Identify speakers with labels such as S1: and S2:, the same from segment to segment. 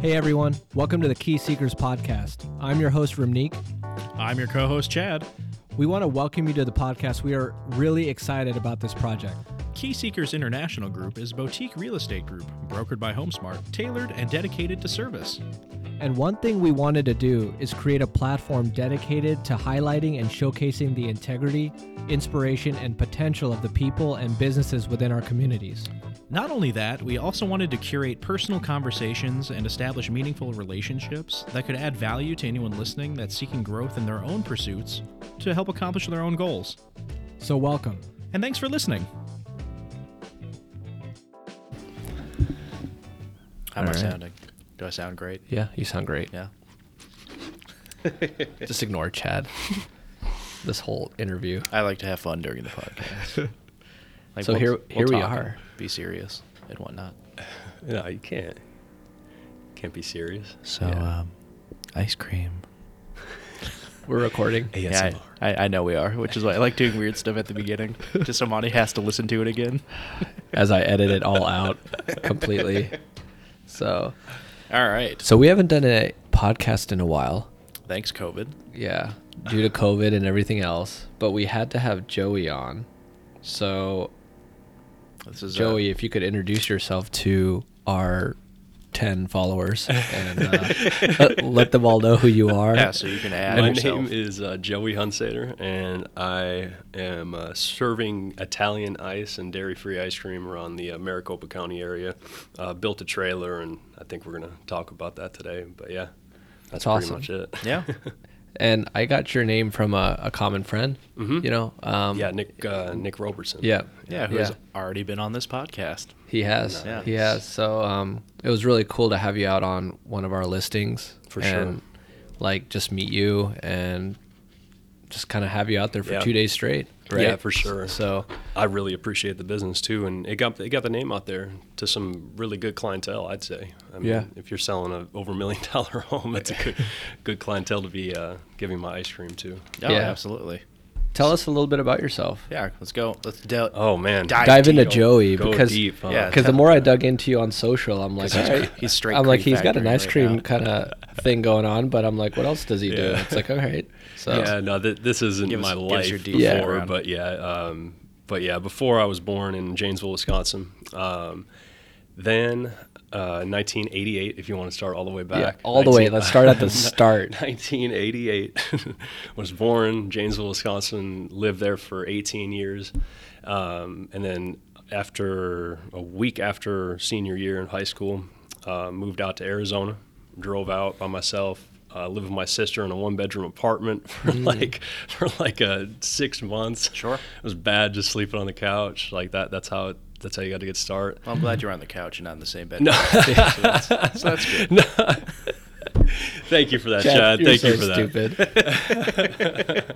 S1: Hey everyone, welcome to the Key Seekers Podcast. I'm your host, Ramneek.
S2: I'm your co host, Chad.
S1: We want to welcome you to the podcast. We are really excited about this project.
S2: Key Seekers International Group is a boutique real estate group brokered by HomeSmart, tailored and dedicated to service.
S1: And one thing we wanted to do is create a platform dedicated to highlighting and showcasing the integrity, inspiration, and potential of the people and businesses within our communities.
S2: Not only that, we also wanted to curate personal conversations and establish meaningful relationships that could add value to anyone listening that's seeking growth in their own pursuits to help accomplish their own goals.
S1: So, welcome.
S2: And thanks for listening. How
S3: All
S2: am
S3: right.
S2: I sounding? Do I sound great?
S3: Yeah, you sound great.
S2: Yeah.
S3: Just ignore Chad. this whole interview.
S2: I like to have fun during the podcast. Like,
S3: So
S2: we'll-
S3: here-
S2: we'll
S3: here we
S2: talk and
S3: are.
S2: Be serious and whatnot.
S4: No, you can't. Can't be serious.
S2: So,
S3: Yeah.
S2: um, ice cream.
S3: We're recording.
S2: Yeah, I, I- I know we are, which is why I like doing weird stuff at the beginning. Just so Monty has to listen to it again.
S3: As I edit it all out completely. So,
S2: All right.
S3: so we haven't done a podcast in a while.
S2: Thanks, COVID.
S3: Yeah, due to COVID and everything else, but we had to have Joey on. So,
S2: This is uh,
S3: Joey, if you could introduce yourself to our 10 followers and uh, let them all know who you are.
S2: yeah, so you can add
S4: My
S2: yourself.
S4: name is uh, Joey Hunsader, and I am uh, serving Italian ice and dairy-free ice cream around the uh, Maricopa County area. Uh, built a trailer, and I think we're gonna talk about that today. But yeah, that's,
S3: That's awesome.
S4: pretty much it.
S2: yeah.
S3: And I got your name from a, a common friend, you know? Um,
S4: yeah, Nick uh, Nick Robertson.
S3: Yeah.
S2: Mm-hmm. Yeah, who's already been on this podcast.
S3: He has.
S2: Yeah.
S3: He has. So um, it was really cool to have you out on one of our listings.
S4: For
S3: and, Like just meet you and just kind of have you out there for
S4: Yeah.
S3: two days straight. Right?
S4: Yeah, for sure.
S3: So
S4: I really appreciate the business too, and it got it got the name out there to some really good clientele. I'd say. I mean,
S3: Yeah.
S4: If you're selling a over a million dollar home, that's a good good clientele to be uh, giving my ice cream to.
S2: Oh,
S3: Yeah.
S2: absolutely.
S3: tell us a little bit about yourself.
S2: Yeah, let's go. Let's del-
S4: Oh man,
S2: Dive
S3: Dive into
S2: deep.
S3: Joey
S4: Go
S3: because
S4: deep, huh?
S2: Yeah,
S3: cause the
S2: tell-
S3: more I dug into you on social, I'm like,
S2: he's-
S3: all right.
S2: he's straight
S3: I'm like,
S2: cream
S3: he's got an
S2: factory
S3: ice
S2: right
S3: cream
S2: now.
S3: kind of thing going on, but I'm like, what else does he do?
S4: Yeah.
S3: It's like, all right. So
S4: yeah, no, th- this isn't
S2: Give us-
S4: my
S2: give us
S4: life
S2: your deep
S4: before,
S2: background.
S4: but yeah, um, but yeah, before I was born in Janesville, Wisconsin. Um, then uh, 1988, if you want to start all the way back,
S3: yeah, all the way.
S4: 19
S3: Let's start at the start.
S4: 1988 was born janesville wisconsin lived there for 18 years um, and then after a week after senior year in high school uh, moved out to arizona drove out by myself uh, lived with my sister in a one bedroom apartment for
S3: Mm.
S4: like for like uh, six months
S2: Sure.
S4: it was bad just sleeping on the couch like that that's how it, that's how you got to get started
S2: Well, I'm glad you're on the couch and not in the same bed. No. so, that's, so that's good.
S4: thank you for that
S3: Chad,
S4: chad,
S3: you're
S4: thank you
S3: so
S4: for that
S3: Stupid.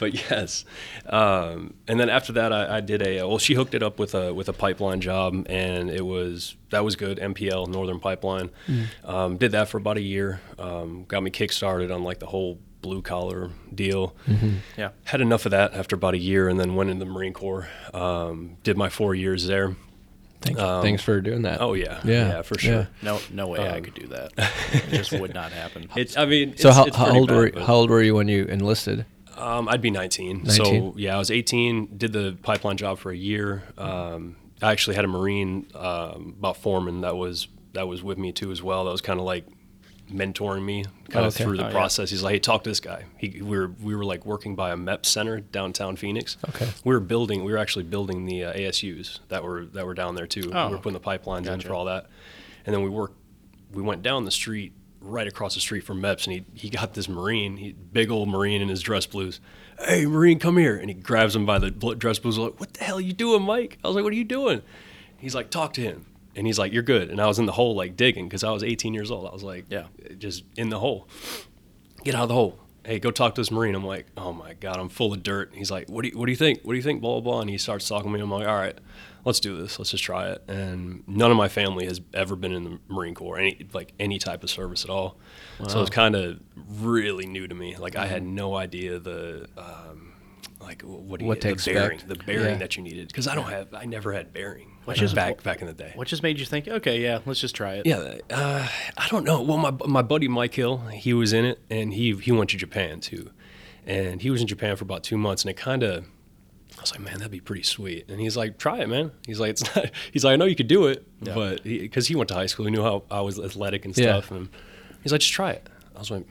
S4: but yes, um, and then after that, I, I did a well. She hooked it up with a with a pipeline job, and it was that was good. MPL Northern Pipeline
S3: Mm.
S4: um, did that for about a year. Um, got me kickstarted on like the whole blue collar deal.
S3: Mm-hmm.
S2: Yeah.
S4: Had enough of that after about a year, and then went into the Marine Corps. Um, did my four years there.
S3: Thanks, thanks for doing that.
S4: Um, Oh yeah,
S3: Yeah,
S4: for sure.
S3: yeah.
S2: No, no way
S4: Um,
S2: I could do that. It just would not happen.
S4: It's, I mean,
S3: So
S4: it's-
S3: how,
S4: it's
S3: how
S4: pretty
S3: old
S4: bad,
S3: were
S4: but-
S3: how old were you when you enlisted?
S4: Um, I'd be 19.
S3: 19?
S4: So yeah, I was 18. Did the pipeline job for a year. Um, I actually had a Marine um, about foreman that was that was with me too as well. That was kind of like mentoring me kind of
S3: Okay.
S4: through the
S2: Oh, yeah.
S4: process. He's like, hey, talk to this guy. He, we were we were like working by a MEP center downtown Phoenix.
S3: Okay.
S4: We were building. We were actually building the uh, ASUs that were that were down there too.
S2: Oh.
S4: We were putting the pipelines in
S2: Gotcha.
S4: for all that, and then we worked. We went down the street. Right across the street from MEPS, and he, he got this Marine, he, big old Marine in his dress blues hey Marine, come here. And he grabs him by the bl- dress blues, like, what the hell you doing, Mike? I was like, what are you doing? He's like, talk to him. And he's like, you're good. And I was in the hole, like digging, because I was 18 years old. I was like,
S2: Yeah.
S4: just in the hole. Get out of the hole. Hey, go talk to this Marine. I'm like, oh my God, I'm full of dirt. And he's like, what do you, what do you think? What do you think? Blah, blah, blah. And he starts talking to me. I'm like, all right, let's do this. Let's just try it. And none of my family has ever been in the Marine Corps, any, like any type of service at all.
S3: Mm-hmm.
S4: So it was kind of really new to me. Like, I had no idea the, um, like wh- what do you
S3: What to
S4: the bearing,
S3: expect.
S4: the bearing
S3: Yeah.
S4: that you needed because I don't have I never had bearing
S2: Which
S4: like,
S2: is-
S4: back back in the day.
S2: What just made you think, okay, yeah, let's just try it?
S4: Yeah, uh, I don't know. Well, my my buddy Mike Hill, he was in it, and he he went to Japan too, and he was in Japan for about two months, and it kind of. I was like, man, that'd be pretty sweet. And he's like, try it, man. He's like, it's not. He's like, I know you could do it, but because he, went to high school, he knew how I was athletic and
S3: Yeah.
S4: stuff. And he's like, just try it. I was like,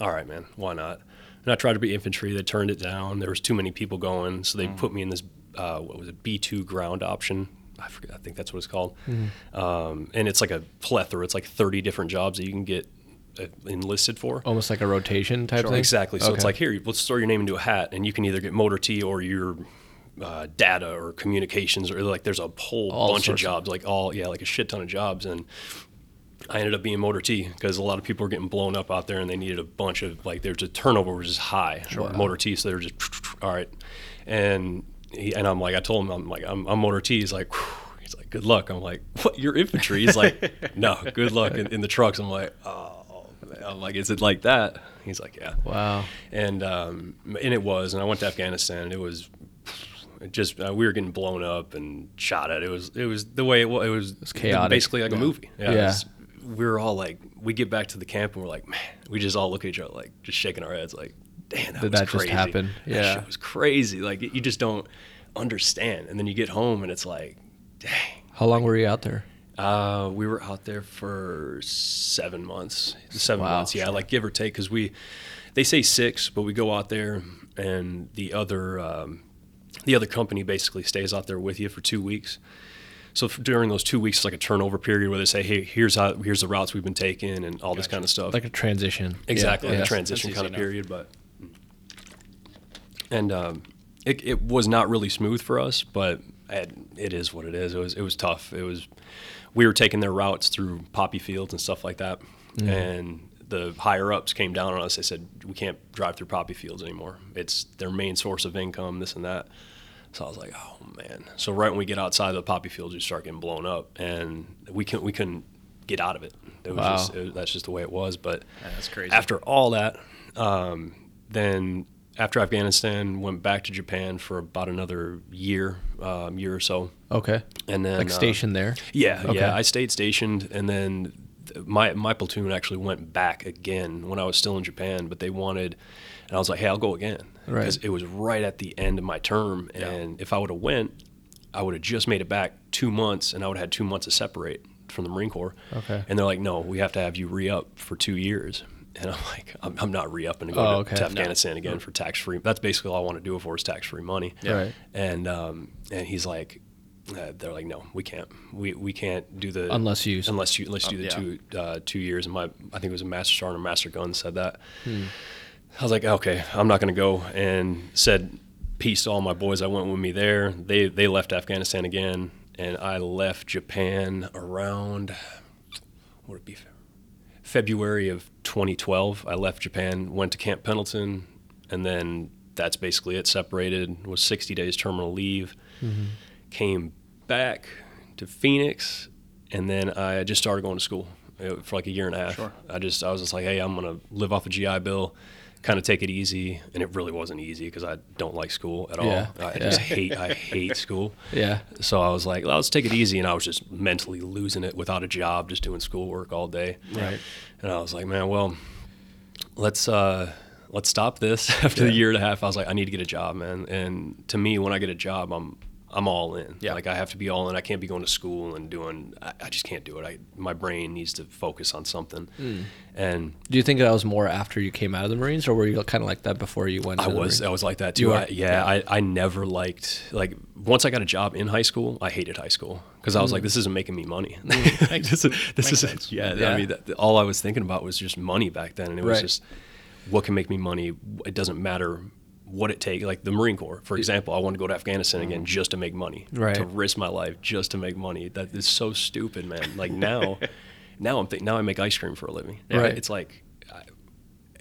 S4: all right, man, why not? And I tried to be infantry. They turned it down. There was too many people going, so they
S3: Mm.
S4: put me in this uh, what was it B two ground option. I forget. I think that's what it's called.
S3: Mm-hmm.
S4: Um, and it's like a plethora. It's like thirty different jobs that you can get uh, enlisted for.
S3: Almost like a rotation type thing.
S4: Exactly. So it's
S3: Oh, Okay.
S4: like here, let's throw your name into a hat, and you can either get motor T or your uh, data or communications or like there's a whole
S3: All
S4: bunch of
S3: sorts of-
S4: jobs, like all yeah, like a shit ton of jobs, and I ended up being motor T because a lot of people were getting blown up out there, and they needed a bunch of like there's a turnover was just high at motor T, so they're just all right, and he, and I'm like I told him I'm like I'm, I'm motor T, he's like. "Whew." He's like, good luck. I'm like, what? Your infantry? He's like, no, good luck in, in the trucks. I'm like, oh, I'm like, is it like that? He's like, yeah
S3: wow.
S4: and um, and it was. And I went to Afghanistan, and it was it just uh, we were getting blown up and shot at. It was it was the way it was. It was,
S3: chaotic.
S4: basically like a movie.
S3: Yeah.
S4: it was- we were all like, we get back to the camp and we're like, man, we just all look at each other like, just shaking our heads like, damn, that
S3: Did
S4: was
S3: that just
S4: crazy.
S3: happen?
S4: That
S3: Yeah.
S4: shit was crazy. Like you just don't understand. And then you get home and it's like, dang.
S3: How long were you out there?
S4: Uh, we were out there for seven months. Seven
S3: Wow.
S4: months, yeah, like give or take, because we, they say six, but we go out there, and the other, um, the other company basically stays out there with you for two weeks. So f during those two weeks, it's like a turnover period where they say, "Hey, here's how, here's the routes we've been taking, and all this kind of stuff."
S3: Like a transition.
S4: exactly
S3: Yeah.
S4: like a
S3: Yes.
S4: transition
S2: That's
S4: kind of
S2: easy
S4: period but and um, it, it was not really smooth for us but it, it is what it is it was it was tough it was we were taking their routes through poppy fields and stuff like that
S3: Mm-hmm.
S4: and the higher ups came down on us they said we can't drive through poppy fields anymore it's their main source of income this and that so I was like, oh man. So right when we get outside of the poppy fields, we start getting blown up, and we couldn't we couldn't get out of it. It was
S3: Wow.
S4: just it, that's just the way it was. But
S2: Yeah, that's crazy.
S4: After all that, um, then after Afghanistan, went back to Japan for about another year, um, year or so,
S3: Okay.
S4: and then
S3: Like
S4: uh,
S3: stationed there.
S4: yeah,
S3: Okay.
S4: yeah. I stayed stationed, and then th- my my platoon actually went back again when I was still in Japan, but they wanted, and I was like, hey, I'll go again,
S3: Right.
S4: it was right at the end of my term, and if I would have went, I would have just made it back two months, and I would have had two months to separate from the Marine Corps.
S3: Okay.
S4: And they're like, no, we have to have you re up for two years. And I'm like, I'm, I'm not re upping to go
S3: Oh,
S4: to,
S3: okay.
S4: to
S3: No.
S4: Afghanistan again for tax free. That's basically all I want to do it for is tax free money
S3: Right.
S4: and um, and he's like, uh, they're like, no, we can't, we we can't do the
S3: Unless you-
S4: unless you unless you do the
S2: yeah.
S4: two uh, two years. And my I think it was a master sergeant or master gun said that.
S3: Hmm.
S4: I was like, okay, I'm not gonna go, and said peace to all my boys. I went with me there. They they left Afghanistan again, and I left Japan around what would it be February of 2012. I left Japan, went to Camp Pendleton, and then that's basically it. Separated was 60 days terminal leave.
S3: Mm-hmm.
S4: Came back to Phoenix, and then I just started going to school uh, for like a year and a half.
S2: Sure.
S4: I just I was just like, hey, I'm gonna live off a GI Bill. Kind of take it easy, and it really wasn't easy because I don't like school at all.
S3: Yeah.
S4: I just hate I hate school.
S3: Yeah.
S4: So I was like, let's take it easy. And I was just mentally losing it without a job, just doing schoolwork all day.
S3: Right.
S4: And I was like, man, well, let's uh, let's stop this. After the year and a half, I was like, I need to get a job, man. And to me, when I get a job, I'm I'm all in.
S2: Yeah.
S4: Like I have to be all in. I can't be going to school and doing. I, I just can't do it. I my brain needs to focus on something. And
S3: Do you think that was more after you came out of the Marines, or were you kind of like that before you went?
S4: I
S3: into the
S4: was
S3: Marines?
S4: I was like that
S3: You
S4: too.
S3: were?
S4: I, yeah, I, I never liked like once I got a job in high school, I hated high school because I was
S3: Mm.
S4: like, this isn't making me money. Like, this is, this is
S2: sense.
S4: yeah,
S3: Yeah.
S4: I mean, that, all I was thinking about was just money back then, and it was
S3: Right.
S4: just what can make me money. It doesn't matter what it takes. Like the Marine Corps, for example, I want to go to Afghanistan again just to make money,
S3: Mm. Right.
S4: To risk my life just to make money. That is so stupid, man. Like now, now I'm think now I make ice cream for a living.
S3: Right.
S4: It's like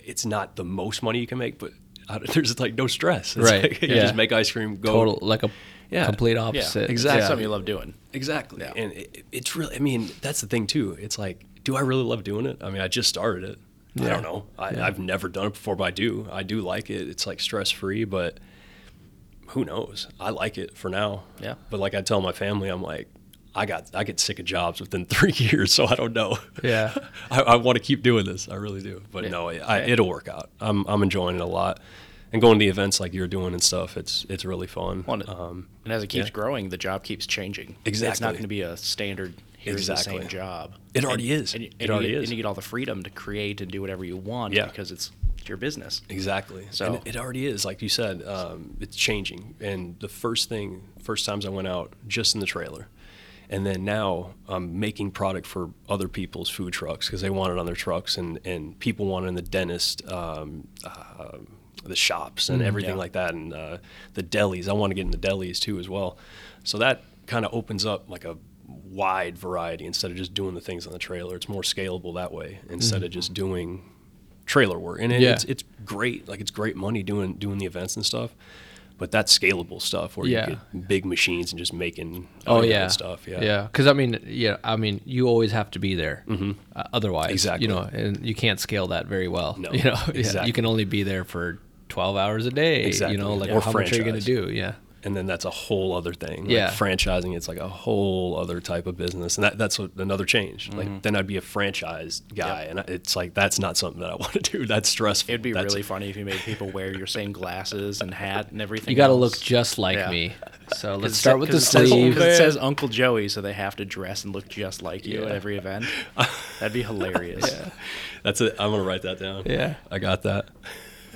S4: it's not the most money you can make, but I don't- there's like no stress. It's
S3: Right,
S4: like, you
S3: yeah.
S4: just make ice cream. Go
S3: total like a
S4: Yeah.
S3: complete
S4: Yeah,
S3: opposite.
S4: exactly.
S2: That's something you love doing.
S4: Exactly. And it, it's really, I mean, that's the thing too. It's like, do I really love doing it? I mean, I just started it. I don't know. I, I've never done it before, but I do. I do like it. It's like stress free, but who knows? I like it for now.
S5: Yeah.
S4: But like I tell my family, I'm like, I got I get sick of jobs within three years, so I don't know.
S5: Yeah.
S4: I, I want to keep doing this. I really do. But no, I, I, it'll work out. I'm I'm enjoying it a lot, and going to the events like you're doing and stuff. It's it's really fun.
S5: Want it.
S4: Um,
S5: and as it keeps
S4: yeah.
S5: growing, the job keeps changing. It's not
S4: Exactly.
S5: going to be a standard. Here's the
S4: Exactly.
S5: same job.
S4: It already
S5: And-
S4: is.
S5: And, you-
S4: It
S5: and
S4: already
S5: you, get-
S4: is.
S5: And you get all the freedom to create and do whatever you want
S4: Yeah.
S5: because it's your business.
S4: Exactly.
S5: So-
S4: So it already is, like you said, um, it's changing. And the first thing, first times I went out, just in the trailer, and then now I'm making product for other people's food trucks because they want it on their trucks, and and people want it in the dentist. Um, uh, the shops
S3: Mm,
S4: and everything like that, and uh, the delis. I want to get in the delis too as well. So that kind of opens up like a wide variety instead of just doing the things on the trailer. It's more scalable that way instead of just doing trailer work, and it,
S3: Mm-hmm. Yeah.
S4: it's it's great. Like it's great money doing doing the events and stuff, but that's scalable stuff where
S3: Yeah.
S4: you get big machines and just making
S3: Oh
S4: other
S3: yeah,
S4: stuff. Yeah,
S3: yeah. Because I mean, yeah, I mean, you always have to be there. Mm-hmm. Uh, otherwise,
S4: Exactly.
S3: You know, and you can't scale that very well.
S4: No,
S3: you know, Yeah,
S4: exactly.
S3: you can only be there for twelve hours a day.
S4: Exactly,
S3: You know, like
S4: yeah.
S3: or
S4: Or
S3: how much are you going to
S4: franchise.
S3: do? Yeah,
S4: And then that's a whole other thing. Like,
S3: Yeah.
S4: franchising it's like a whole other type of business, and that, that's what, another change.
S5: Mm-hmm.
S4: Like then I'd be a franchise guy, and I, it's like that's not something that I want to do. That's stressful.
S5: It'd be
S4: That's-
S5: really funny if you made people wear your same glasses and hat and everything.
S3: you got to
S5: else.
S3: look just like
S5: Yeah.
S3: me. So
S5: 'Cause
S3: let's
S5: it
S3: start
S5: sa-
S3: with the
S5: 'cause it says-
S3: sleeve.
S5: 'cause it says Uncle Joey, so they have to dress and look just like you at every event. That'd be hilarious.
S4: That's it. I'm gonna write that down.
S3: Yeah.
S4: I got that.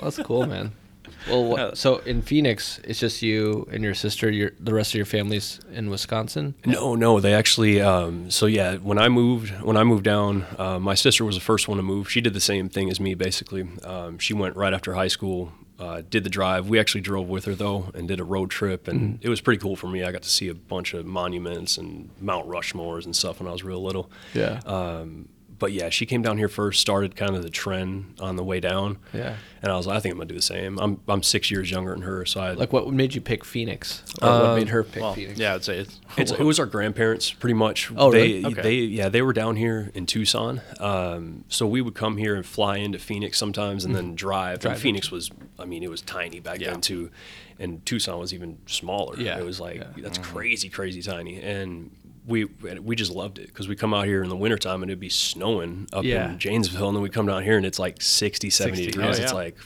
S3: Well, that's cool, man. Well, what, so in Phoenix, it's just you and your sister. Your the rest of your family's in Wisconsin.
S4: No, no, they actually. Um, so yeah, when I moved, when I moved down, uh, my sister was the first one to move. She did the same thing as me, basically. Um, she went right after high school, uh, did the drive. We actually drove with her though, and did a road trip, and it was pretty cool for me. I got to see a bunch of monuments and Mount Rushmores and stuff when I was real little
S3: Yeah. Uh,
S4: but yeah, she came down here first, started kind of the trend on the way down.
S3: Yeah.
S4: And I was like, I think I'm gonna do the same. I'm I'm six years younger than her, so I
S3: like what made you pick Phoenix? Or what made her pick
S5: Well,
S3: Phoenix?
S5: yeah, I'd say it's,
S4: It's, it was our grandparents, pretty much.
S3: Oh,
S4: they,
S3: really?
S5: Okay.
S4: They, yeah, they were down here in Tucson. Um, so we would come here and fly into Phoenix sometimes, and then drive.
S3: Mm-hmm. Drive
S4: and Phoenix was, I mean, it was tiny back
S5: Yeah.
S4: then too, and Tucson was even smaller.
S3: Yeah.
S4: it was like
S3: Yeah. Mm-hmm.
S4: that's crazy, crazy tiny, and. We, we just loved it because we come out here in the wintertime and it'd be snowing up
S3: Yeah.
S4: in Janesville and then we come down here and it's like 60, 70
S3: 60,
S4: degrees.
S5: oh,
S4: It's
S5: yeah.
S4: like,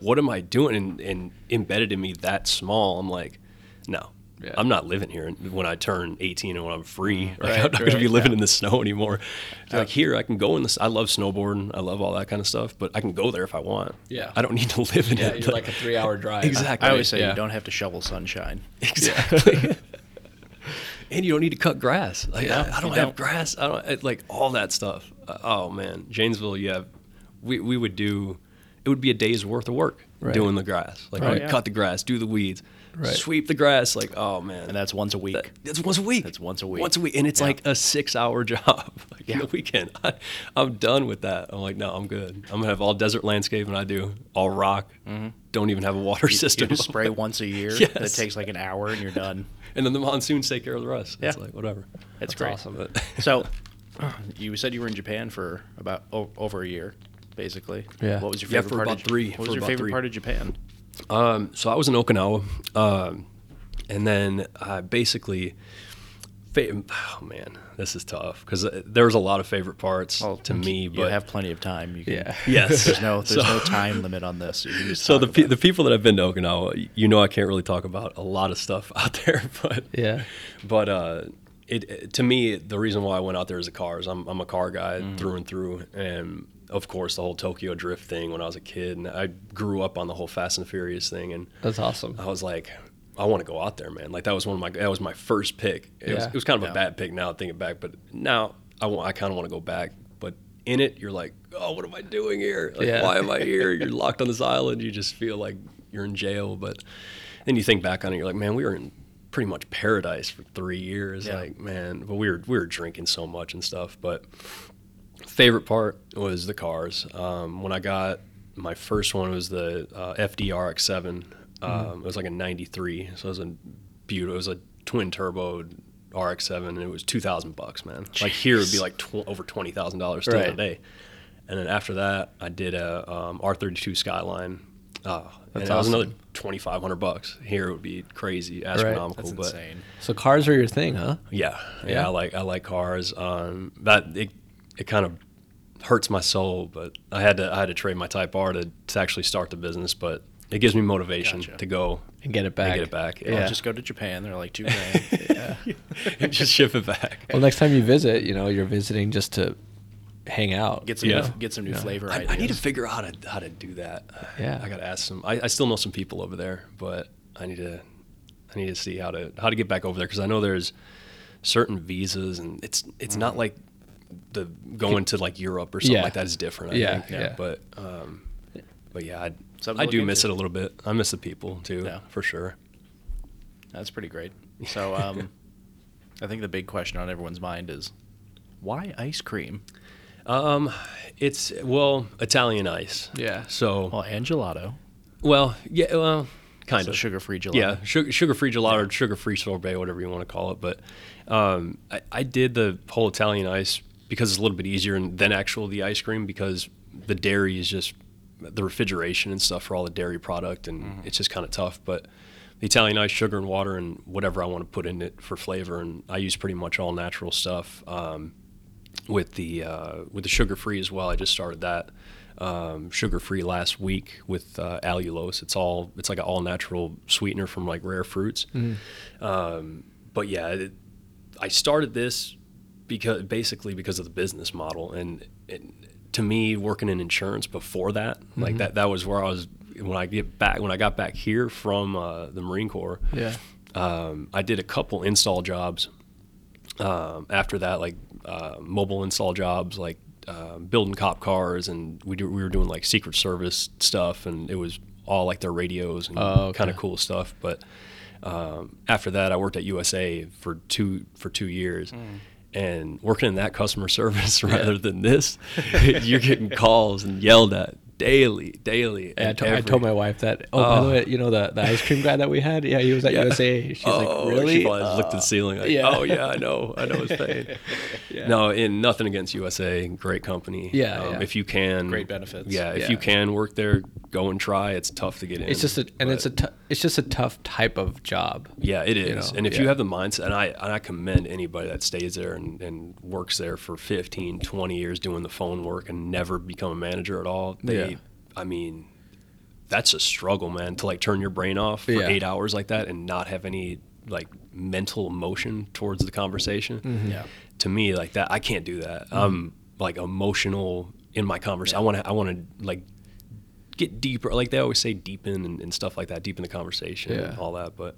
S4: what am I doing? And, and embedded in me that small, I'm like, no,
S3: Yeah. Mm-hmm.
S4: I'm not living here when I turn 18 and when I'm free. Like,
S5: Right,
S4: I'm not going to
S5: right,
S4: be living in the snow anymore. Like here, I can go in this. I love snowboarding. I love all that kind of stuff, but I can go there if I want.
S3: Yeah.
S4: I don't need to live in
S3: Yeah,
S4: it.
S3: you're
S4: but-
S3: like a three-hour drive.
S4: exactly.
S5: I always say
S3: Yeah.
S5: you don't have to shovel sunshine.
S4: exactly. and you don't need to cut grass. Like,
S5: Yeah,
S4: I, I don't
S5: you
S4: have
S5: don't.
S4: grass. I don't I- like all that stuff. Uh, oh man, Janesville. Yeah, we we would do. It would be a day's worth of work
S3: Right.
S4: doing the grass. Like
S5: Right.
S4: we'd cut the grass, do the weeds,
S3: Right.
S4: sweep the grass. Like oh man,
S5: And that's once a week.
S4: That's once a week.
S5: That's once a week.
S4: Once a week, and it's
S5: Yeah.
S4: like a six-hour job. Like
S5: Yeah.
S4: in the weekend, I, I'm done with that. I'm like, no, I'm good. I'm gonna have all desert landscape, and I do all rock. Don't even have a water
S5: Mm-hmm. You
S4: system.
S5: just spray once a year.
S4: Yes.
S5: It takes like an hour and you're done.
S4: and then the monsoons take care of the rest. It's
S5: Yeah.
S4: like whatever.
S5: It's great.
S3: awesome.
S5: So, you said you were in Japan for about o- over a year, basically.
S3: Yeah.
S5: What was your
S4: Yeah,
S5: favorite
S4: for
S5: part?
S4: about
S5: of,
S4: three-
S5: What was
S4: for
S5: your
S4: about
S5: favorite
S4: three.
S5: part of Japan?
S4: so I was in Okinawa, um, and then I basically, fa- oh man, this is tough because there was a lot of favorite parts to me.
S5: you
S4: But
S5: have plenty of time. You can,
S3: Yeah.
S4: yes,
S5: There's no there's
S4: So-
S5: no time limit on this. You can just
S4: So the
S5: talk
S4: pe-
S5: about
S4: the people that I've been to Okinawa, you know, I can't really talk about a lot of stuff out there, but
S3: Yeah.
S4: but uh, it, it- to me the reason why I went out there is the cars. I'm I'm a car guy
S5: Mm-hmm.
S4: through and through, and of course the whole Tokyo Drift thing when I was a kid, and I grew up on the whole Fast and Furious thing, and
S3: That's awesome.
S4: Um, I was like, I want to go out there, man. Like that was one of my that was my first pick. It, was,
S3: Yeah.
S4: it was kind of
S5: Yeah.
S4: a bad pick now thinking back, but now I want I kind of want to go back. But in it, you're like, oh, what am I doing here? Like,
S3: Yeah.
S4: why am I here? You're locked on this island. You just feel like you're in jail. But then you think back on it, you're like, man, we were in pretty much paradise for three years.
S5: Yeah.
S4: Like, man, but we were we were drinking so much and stuff, but favorite part was the cars. Um, when I got my first one was the uh, FDRX7. Um, It was like a '93, so it was a beautiful. It was a twin turbo RX7, and it was two thousand bucks, man. Like here it would be like tw- over twenty thousand dollars still
S3: Right.
S4: today. And then after that, I did a um, R32 Skyline, Oh,
S3: That's
S4: and that was
S3: awesome.
S4: another twenty five hundred bucks. Here it would be crazy,
S5: That's
S4: astronomical. but
S5: insane.
S3: So cars are your thing, huh?
S4: yeah, yeah,
S3: Yeah?
S4: I like I like cars. Um, that it it kind of hurts my soul, but I had to I had to trade my Type R to, to actually start the business, but it gives me motivation
S5: Gotcha.
S4: to go
S3: And get it
S4: and
S3: back.
S4: get it back.
S5: I'll
S4: Yeah,
S5: just go to Japan. They're like two grand.
S4: just, just ship it back.
S3: Well, next time you visit, you know, you're visiting just to hang out.
S5: Get some
S4: Yeah.
S5: new, get some new flavor
S4: I,
S5: ideas.
S4: I need to figure out how to, how to do that.
S3: Yeah.
S4: I gotta ask some. I, I still know some people over there, but I need to I need to see how to how to get back over there because I know there's certain visas and it's it's not like the going to like Europe or something
S3: Yeah.
S4: like that is different. I
S3: Yeah,
S4: think.
S3: yeah.
S4: But um, but yeah, I
S5: Something
S4: I
S5: to
S4: do
S5: look
S4: miss
S5: into.
S4: it a little bit. I miss the people too,
S5: Yeah.
S4: for sure.
S5: That's pretty great. So, um, I think the big question on everyone's mind is, why ice cream?
S4: Um, it's well Italian ice.
S3: Yeah.
S4: So
S5: Well, and gelato,
S4: well yeah well kind
S5: so
S4: of
S5: sugar-free gelato.
S4: Yeah, sugar, sugar-free gelato or sugar-free sorbet, whatever you want to call it. But um, I, I did the whole Italian ice because it's a little bit easier and- than actual the ice cream because the dairy is just the refrigeration and stuff for all the dairy product, and it's just kind of tough. But the Italian ice, sugar and water, and whatever I want to put in it for flavor, and I use pretty much all natural stuff. Um, with the uh, with the sugar free as well. I just started that um, sugar free last week with uh, allulose. It's all it's like an all natural sweetener from like rare fruits. Um, but yeah, it, I started this because basically because of the business model and. It, to me, working in insurance before that, like that, that was where I was when I get back when I got back here from uh, the Marine Corps.
S3: Yeah.
S4: Um, I did a couple install jobs um, after that, like uh, mobile install jobs, like uh, building cop cars, and we do, we were doing like Secret Service stuff, and it was all like their radios and
S3: Oh, okay.
S4: kind of cool stuff. But um, after that, I worked at USA for two for two years.
S3: Hmm.
S4: And working in that customer service rather than this, you're getting calls and yelled at daily, daily.
S3: Yeah, I,
S4: and
S3: told, I
S4: every-
S3: told my wife that. Oh, by the way, you know the, the ice cream guy that we had. Yeah, he was at USA. She's
S4: oh,
S3: like, really? Uh,
S4: She probably just looked at the ceiling like,
S3: yeah.
S4: oh yeah, I know, I know his pain. No, and nothing against USA, great company. Um,
S3: Yeah, yeah.
S4: If you can,
S5: Great benefits.
S4: Yeah, if
S3: Yeah.
S4: you can work there, go and try. It's tough to get in.
S3: It's just a, and it's a t- it's just a tough type of job.
S4: Yeah, it is.
S3: know,
S4: and if
S3: yeah.
S4: you have the mindset, and I, and I commend anybody that stays there and, and works there for 15, 20 years doing the phone work and never become a manager at all, they,
S3: Yeah.
S4: I mean, that's a struggle, man, to like turn your brain off for
S3: Yeah.
S4: eight hours like that and not have any like mental emotion towards the conversation.
S3: Mm-hmm.
S5: Yeah.
S4: To me, like that, I can't do that. I'm like emotional in my conversation. I want to, I want to like get deeper. Like they always say, deepen and, and stuff like that, deepen the conversation
S3: Yeah.
S4: and all that. But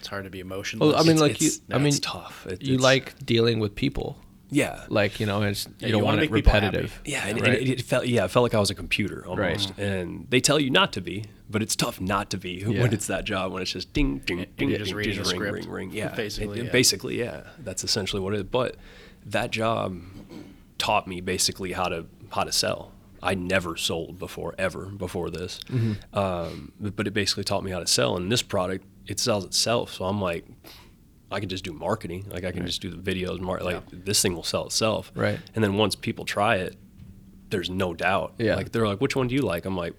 S5: It's hard to be emotional.
S3: Well, I mean,
S4: it's-
S3: like you,
S4: it's-
S3: I
S4: yeah,
S3: mean,
S4: it's tough. It-
S3: you
S4: it's-
S3: like dealing with people,
S4: yeah,
S3: like you know, it's, you
S5: you
S3: don't
S5: wanna
S3: want it
S5: make people happy.
S3: repetitive.
S4: yeah, and,
S3: Right.
S4: and it, it felt yeah, it felt like I was a computer almost. And they tell you not to be, but it's tough not to be
S3: Yeah.
S4: when it's that job when it's just ding ding ding
S5: you're
S4: ding,
S5: just
S4: ding,
S5: reading
S4: ding,
S5: a
S4: ring,
S5: script,
S4: ring ring. Yeah,
S5: basically,
S4: It- it-
S5: yeah.
S4: basically yeah. That's essentially what it is. But that job taught me basically how to how to sell. I never sold before ever before this,
S5: Mm-hmm.
S4: um, but but it basically taught me how to sell. And this product it sells itself, so I'm like, I can just do marketing. Like I can just do the videos. Mar- like this thing will sell itself.
S3: Right.
S4: And then once people try it, there's no doubt.
S3: Yeah.
S4: Like they're like, which one do you like? I'm like,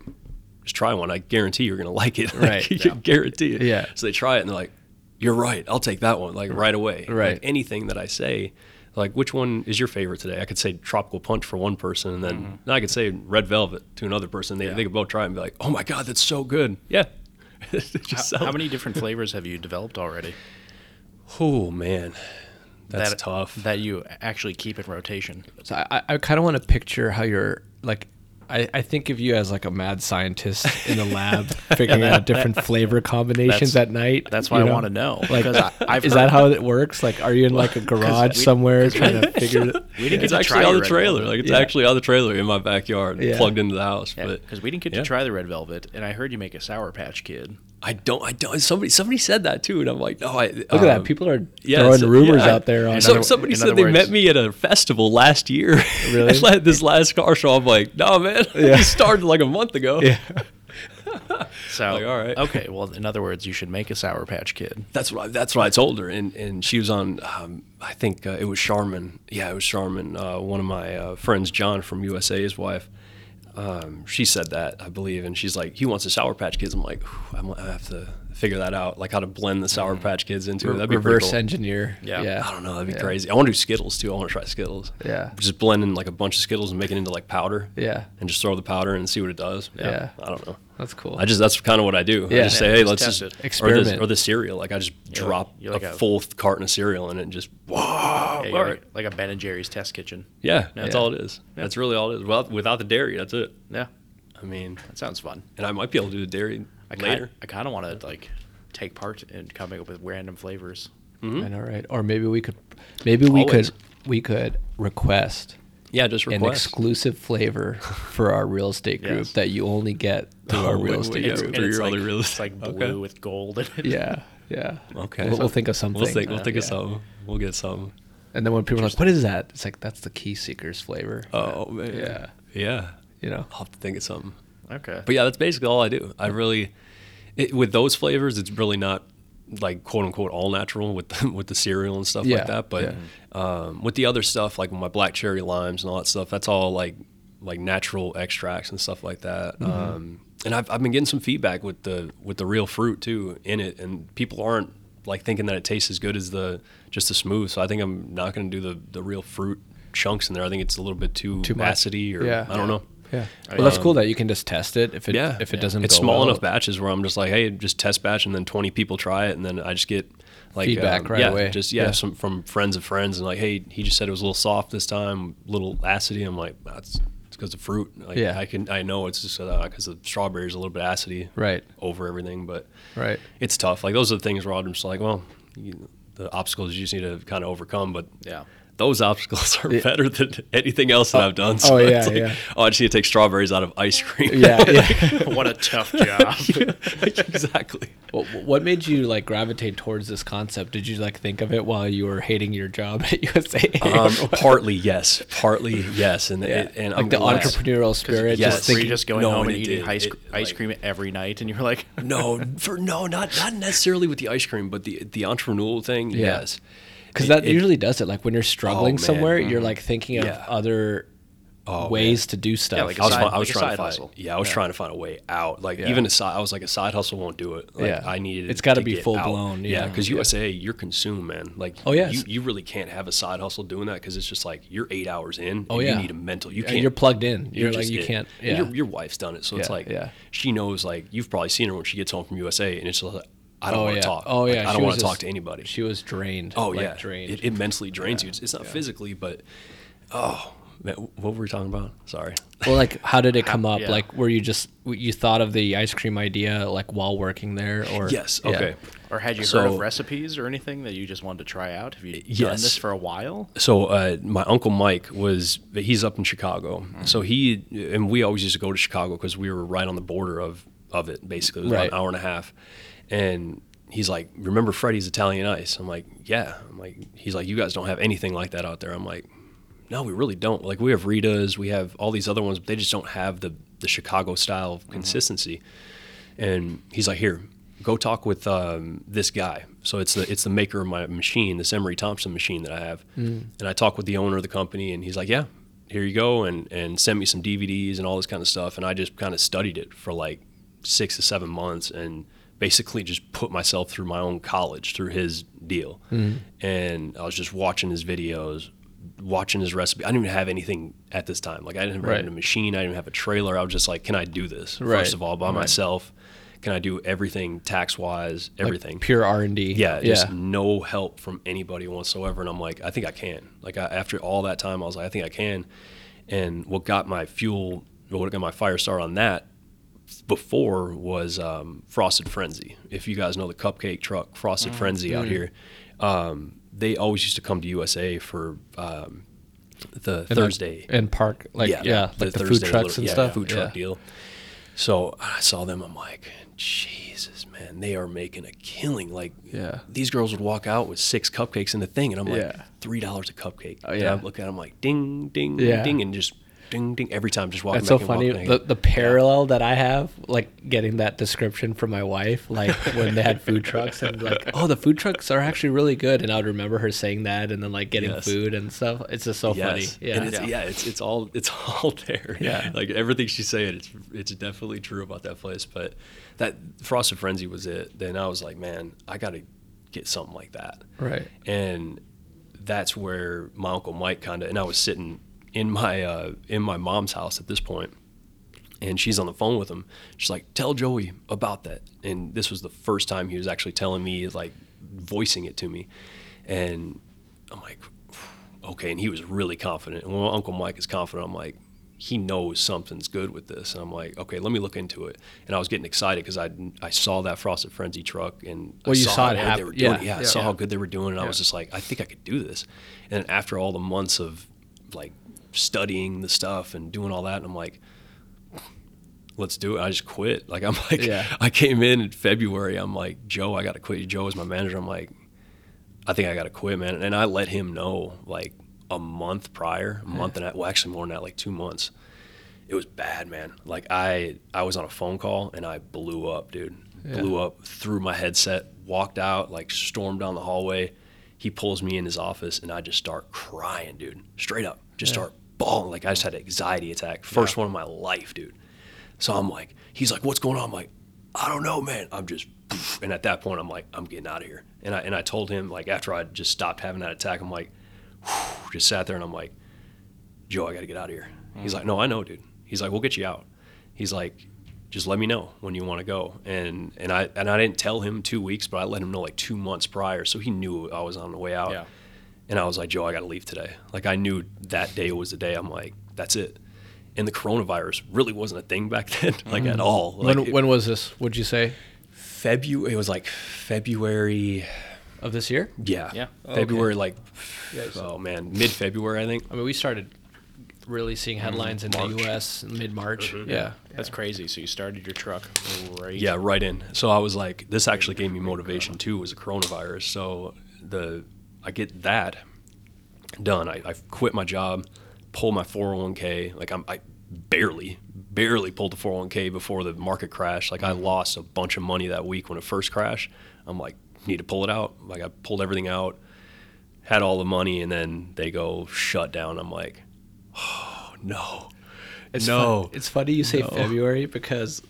S4: just try one. I guarantee you're gonna like it. Like,
S3: Right.
S4: you
S3: Yeah.
S4: Guarantee it.
S3: Yeah.
S4: So they try it and they're like, you're right. I'll take that one. Like right away.
S3: Right.
S4: Like, anything that I say. Like which one is your favorite today? I could say tropical punch for one person, and then
S5: Mm-hmm.
S4: and I could say red velvet to another person. They, they could both try it and be like, "Oh my god, that's so good!" Yeah. It just
S5: how,
S4: sounds-
S5: how many different flavors have you developed already?
S4: Oh man, that's
S5: that,
S4: tough.
S5: That you actually keep in rotation.
S3: So I, I- I kind of want to picture how you're like. I, I think of you as like a mad scientist in the lab figuring out different flavor combinations at night.
S5: That's why
S3: you
S5: I
S3: know?
S5: want to know.
S3: Like,
S5: because I, I've
S3: is
S5: heard-
S3: that how it works? Like, are you in like a garage somewhere trying to figure? it
S5: we didn't get
S4: it's
S5: to
S4: actually
S5: try
S4: on the
S5: Red
S4: trailer.
S5: Velvet.
S4: Like it's
S3: Yeah.
S4: actually on the trailer in my backyard,
S3: Yeah.
S4: plugged into the house.
S5: Yeah,
S4: but
S5: because we didn't get
S4: yeah.
S5: to try the red velvet, and I heard you make a sour patch kid.
S4: I don't. I don't. Somebody. Somebody said that too, and I'm like, no. I, um,
S3: Look at that! People are
S4: yeah,
S3: throwing
S4: so-
S3: rumors
S4: yeah,
S3: out there on.
S4: So,
S5: other-
S4: somebody
S5: in
S4: said
S5: other
S4: they
S5: words-
S4: met me at a festival last year.
S3: Really?
S4: this last car show. I'm like, no, man.
S3: Yeah.
S4: it started like a month ago.
S3: Yeah.
S5: So,
S4: Like, all right.
S5: okay. Well, in other words, you should make a sour patch kid.
S4: That's what I, that's what I told her, and and she was on. Um, I think uh, it was Charmin. Yeah, it was Charmin. Uh, one of my uh, friends, John from USA, his wife. um, she said that I believe, and she's like, he wants a Sour Patch Kids. I'm like, "Whew, I'm gonna have to figure that out, like how to blend the Sour Patch Kids into it.
S3: Mm-hmm. Re-
S4: That'd be pretty
S3: reverse
S4: cool.
S3: engineer.
S5: Yeah.
S4: I don't know. That'd be
S3: Yeah.
S4: crazy. I want to do Skittles too. I want to try Skittles.
S3: Yeah.
S4: Just blend in like a bunch of Skittles and make it into like powder.
S3: Yeah.
S4: And just throw the powder in and see what it does.
S3: Yeah.
S4: I don't know.
S3: That's cool.
S4: I just that's kind of what I do.
S3: Yeah.
S4: I just
S5: Yeah,
S4: say, hey,
S5: just
S4: let's
S5: test
S4: just
S5: it.
S4: Or
S3: Experiment.
S4: the, or the cereal. Like I just drop
S5: you're like
S4: a,
S5: a-
S4: full carton of cereal in it and just wow.
S5: Yeah,
S4: Yeah,
S5: you're like, like a Ben and Jerry's test kitchen.
S4: yeah, that's
S5: Yeah.
S4: all it is. That's really all it is. Without, without the dairy, that's it.
S5: Yeah,
S4: I mean,
S5: that sounds fun.
S4: and I might be able to do the dairy
S5: I kinda,
S4: later.
S5: I kind of want to like take part in coming up with random flavors.
S3: I know, right? Or maybe we could, maybe we
S4: Always.
S3: could, we could request,
S4: Yeah, just
S3: an
S4: request.
S3: exclusive flavor for our real estate group
S5: Yes.
S3: that you only get through our
S4: Oh,
S3: real
S4: wait,
S3: estate
S4: wait,
S3: group.
S4: yeah. For your
S5: like,
S4: other real
S5: it's like blue with gold in it.
S3: Yeah, yeah.
S4: Okay.
S3: we'll, we'll think of something. Uh,
S4: We'll think, we'll think of
S3: Yeah.
S4: something. We'll get something.
S3: And then when people are like, "What is that?" It's like that's the key seekers flavor.
S4: Oh man.
S3: Uh, Yeah.
S4: Yeah.
S3: you know.
S4: I'll have to think of something.
S5: Okay.
S4: But yeah, that's basically all I do. I really, it, with those flavors, it's really not like quote unquote all natural with the, with the cereal and stuff
S3: Yeah,
S4: like that. But um, with the other stuff, like my black cherry limes and all that stuff, that's all like like natural extracts and stuff like that.
S3: Mm-hmm.
S4: Um, and I've, I've been getting some feedback with the with the real fruit too in it, and people aren't like thinking that it tastes as good as the just the smooth. So I think I'm not going to do the the real fruit chunks in there. I think it's a little bit too,
S3: Too much.
S4: acidy or
S3: Yeah.
S4: I don't know.
S3: Yeah. Well, that's cool that you can just test it if it
S4: Yeah,
S3: if it doesn't.
S4: It's
S3: go
S4: small
S3: well.
S4: enough batches where I'm just like, hey, just test batch, and then 20 people try it, and then I just get like um,
S3: Feedback right
S4: yeah,
S3: away.
S4: Just yeah,
S3: Yeah.
S4: Some, from friends of friends, and like, hey, he just said it was a little soft this time, little acidy. I'm like, that's it's because of fruit. Like,
S3: Yeah.
S4: I can I know it's just because the strawberries a little bit acidy
S3: Right.
S4: over everything, but
S3: Right.
S4: it's tough. Like those are the things where I'm just like, well, you, the obstacles you just need to kind of overcome, but
S5: Yeah.
S4: Those obstacles are better than anything else that I've done.
S3: oh, yeah,
S4: it's like,
S3: yeah.
S4: Oh, I just need to take strawberries out of ice cream.
S3: Yeah. yeah.
S5: what a tough job.
S4: exactly.
S3: What, what made you like gravitate towards this concept? Did you like think of it while you were hating your job at USA?
S4: Um, partly yes, partly yes, and it, and
S3: like
S4: I'm
S3: the
S4: glad-
S3: entrepreneurial spirit.
S4: Yes.
S3: Just
S5: Were you
S4: thinking-
S5: just going
S4: No,
S5: home
S4: and
S5: and
S4: it
S5: eating
S4: did.
S5: ice,
S4: It,
S5: ice
S4: like-
S5: cream every night, and you're like,
S4: No, for no, not not necessarily with the ice cream, but the the entrepreneurial thing.
S3: Yeah.
S4: Yes.
S3: because that
S4: it- it-
S3: usually does it. Like when you're struggling
S4: man. Mm-hmm.
S3: somewhere, you're like thinking of
S4: Yeah. Oh,
S3: other ways to do stuff.
S5: like
S4: I was,
S5: Side-
S4: fi- I was
S5: like a
S4: trying
S5: side
S4: to find,
S5: hustle.
S4: yeah, I was trying to find a way out. Like even a side, I was like a side hustle won't do it. Like,
S3: Yeah.
S4: I needed.
S3: It's gotta
S4: to
S3: be
S4: get
S3: full
S4: out.
S3: blown,
S4: Yeah,
S3: yeah.
S4: because
S3: Yeah.
S4: USA, you're consumed, man. Like
S3: Oh, yes.
S4: you, you really can't have a side hustle doing that because it's just like you're eight hours in.
S3: Oh,
S4: and
S3: yeah.
S4: you need a mental. You
S3: Yeah,
S4: can't.
S3: you're plugged in. You're, like
S4: just
S3: you
S4: it.
S3: can't.
S4: And
S3: Yeah.
S4: Your, your wife's done it, so it's
S3: Yeah,
S4: like
S3: yeah.
S4: she knows. Like you've probably seen her when she gets home from USA, and it's just like I don't
S3: Oh,
S4: want to
S3: yeah.
S4: talk.
S3: Oh,
S4: Like,
S3: yeah.
S4: I
S3: She
S4: don't want
S3: was
S4: to talk
S3: just-
S4: to anybody.
S3: she was drained.
S4: Oh
S3: like,
S4: yeah,
S3: drained.
S4: It, it mentally drains you. It's, it's not physically, but oh man, what were we talking about? Sorry.
S3: well, like how did it come up?
S5: yeah.
S3: Like were you just you thought of the ice cream idea like while working there or
S4: Yes.
S3: Yeah.
S4: Okay.
S5: or had you heard
S4: So-
S5: of recipes or anything that you just wanted to try out? Have you done
S4: Yes.
S5: this for a while?
S4: so uh, my uncle Mike was he's up in Chicago.
S3: Mm-hmm.
S4: So he and we always used to go to Chicago because we were right on the border of of it. Basically, it was
S3: Right.
S4: about an hour and a half. And he's like, "Remember Freddy's Italian Ice?" I'm like, "Yeah." I'm like, he's like, "You guys don't have anything like that out there." I'm like, "No, we really don't. Like we have Rita's, we have all these other ones, but they just don't have the the Chicago style
S3: Mm-hmm.
S4: of consistency." and he's like, "Here, go talk with um, this guy." So it's the it's the maker of my machine, this Emery Thompson machine that I have,
S3: Mm.
S4: and I talk with the owner of the company, and he's like, "Yeah, here you go," and and send me some DVDs and all this kind of stuff, and I just kind of studied it for like six to seven months, and basically just put myself through my own college through his deal,
S3: Mm.
S4: and I was just watching his videos. Watching his recipe, I didn't even have anything at this time. Like I didn't have
S3: Right.
S4: a machine, I didn't have a trailer. I was just like, "Can I do this?"
S3: Right.
S4: First of all, by myself. Can I do everything tax wise, everything?
S3: Pure R and D.
S4: yeah,
S3: yeah.
S4: just no help from anybody whatsoever. And I'm like, I think I can. Like I, after all that time, I was like, I think I can. And what got my fuel, what got my fire start on that before was um, Frosted Frenzy. If you guys know the cupcake truck,
S3: Mm.
S4: Frosted Frenzy out here, um, they always used to come to USA for um, the Thursday
S3: and park like yeah, like the, food
S4: Thursday
S3: trucks
S4: little-
S3: and
S4: yeah,
S3: stuff.
S4: Food
S3: yeah.
S4: truck deal. So I saw them. I'm like, Jesus, man, they are making a killing. Like,
S3: Yeah.
S4: these girls would walk out with six cupcakes in the thing, and I'm like,
S3: Yeah.
S4: three dollars a cupcake.
S3: Oh,
S4: And
S3: yeah.
S4: I look at them like, ding, ding,
S3: Yeah.
S4: ding, and just ding, ding, every time just walking
S3: That's so
S4: back and
S3: funny.
S4: walking
S3: The, the parallel that I have, like getting that description from my wife, like when they had food trucks and like, oh, the food trucks are actually really good, and I would remember her saying that, and then like getting
S4: Yes.
S3: food and stuff. It's just so
S4: Yes.
S3: funny. Yeah.
S4: And it's, yeah. it's it's all it's all there.
S3: Yeah.
S4: Like everything she's saying, it's it's definitely true about that place. But that Frosted Frenzy was it. Then I was like, man, I gotta get something like that.
S3: Right.
S4: And that's where my uncle Mike kind of and I was sitting in my uh, in my mom's house at this point, and she's on the phone with him. She's like, "Tell Joey about that." And this was the first time he was actually telling me, like, voicing it to me. And I'm like, okay. And he was really confident. And when my Uncle Mike is confident, I'm like, he knows something's good with this. And I'm like, okay, let me look into it. And I was getting excited because I I saw that Frosted Frenzy truck and
S3: Well,
S4: I
S3: you saw
S4: how
S3: it
S4: good
S3: hap-
S4: They were doing.
S3: yeah,
S4: it. Yeah, I
S3: yeah.
S4: saw how good they were doing, and I was just like, I think I could do this. And after all the months of like studying the stuff and doing all that, I'm like, let's do it. I just quit. Like I'm like,
S3: Yeah.
S4: I came in in February. I'm like, Joe, I got to quit. Joe is my manager. I'm like, I think I got to quit, man. And I let him know like a month prior, a month and a, well, actually more than that, like two months. It was bad, man. Like I, I was on a phone call and I blew up, dude. Blew up through my headset, walked out, like stormed down the hallway. He pulls me in his office and I just start crying, dude. Straight up, just start bawling. Like I just had an anxiety attack, first one in my life, dude. So I'm like, he's like, what's going on? I'm like, I don't know, man. I'm just, poof. and at that point, I'm like, I'm getting out of here. And I and I told him like after I just stopped having that attack, I'm like, whew, just sat there and I'm like, Joe, I got to get out of here. He's like, no, I know, dude. He's like, we'll get you out. He's like, just let me know when you want to go. And and I and I didn't tell him two weeks, but I let him know like two months prior, so he knew I was on the way out.
S5: Yeah.
S4: And I was like, Joe, I got to leave today. Like I knew that day was the day. I'm like, that's it. And the coronavirus really wasn't a thing back then, like at all.
S3: Mm.
S4: Like
S3: When
S4: it-
S3: when was this? Would you say
S4: February, it was like February.
S3: of this year?
S4: Yeah.
S5: Yeah.
S4: February, like, oh man, mid February, I think.
S3: I mean, we started really seeing
S4: Mm-hmm.
S3: headlines in the U.S. in mid March. Yeah.
S5: That's crazy. So you started your truck right.
S4: Yeah, right in. So I was like, this actually gave me motivation too. Was the coronavirus? So the I get that done. I, I quit my job, pull my 401k. Like I'm, I barely, barely pulled the 401k before the market crash. Like I lost a bunch of money that week when it first crashed. I'm like, need to pull it out. Like I pulled everything out, had all the money, and then they go shut down. I'm like, oh no,
S3: It's
S4: no.
S3: fun- it's funny you say February because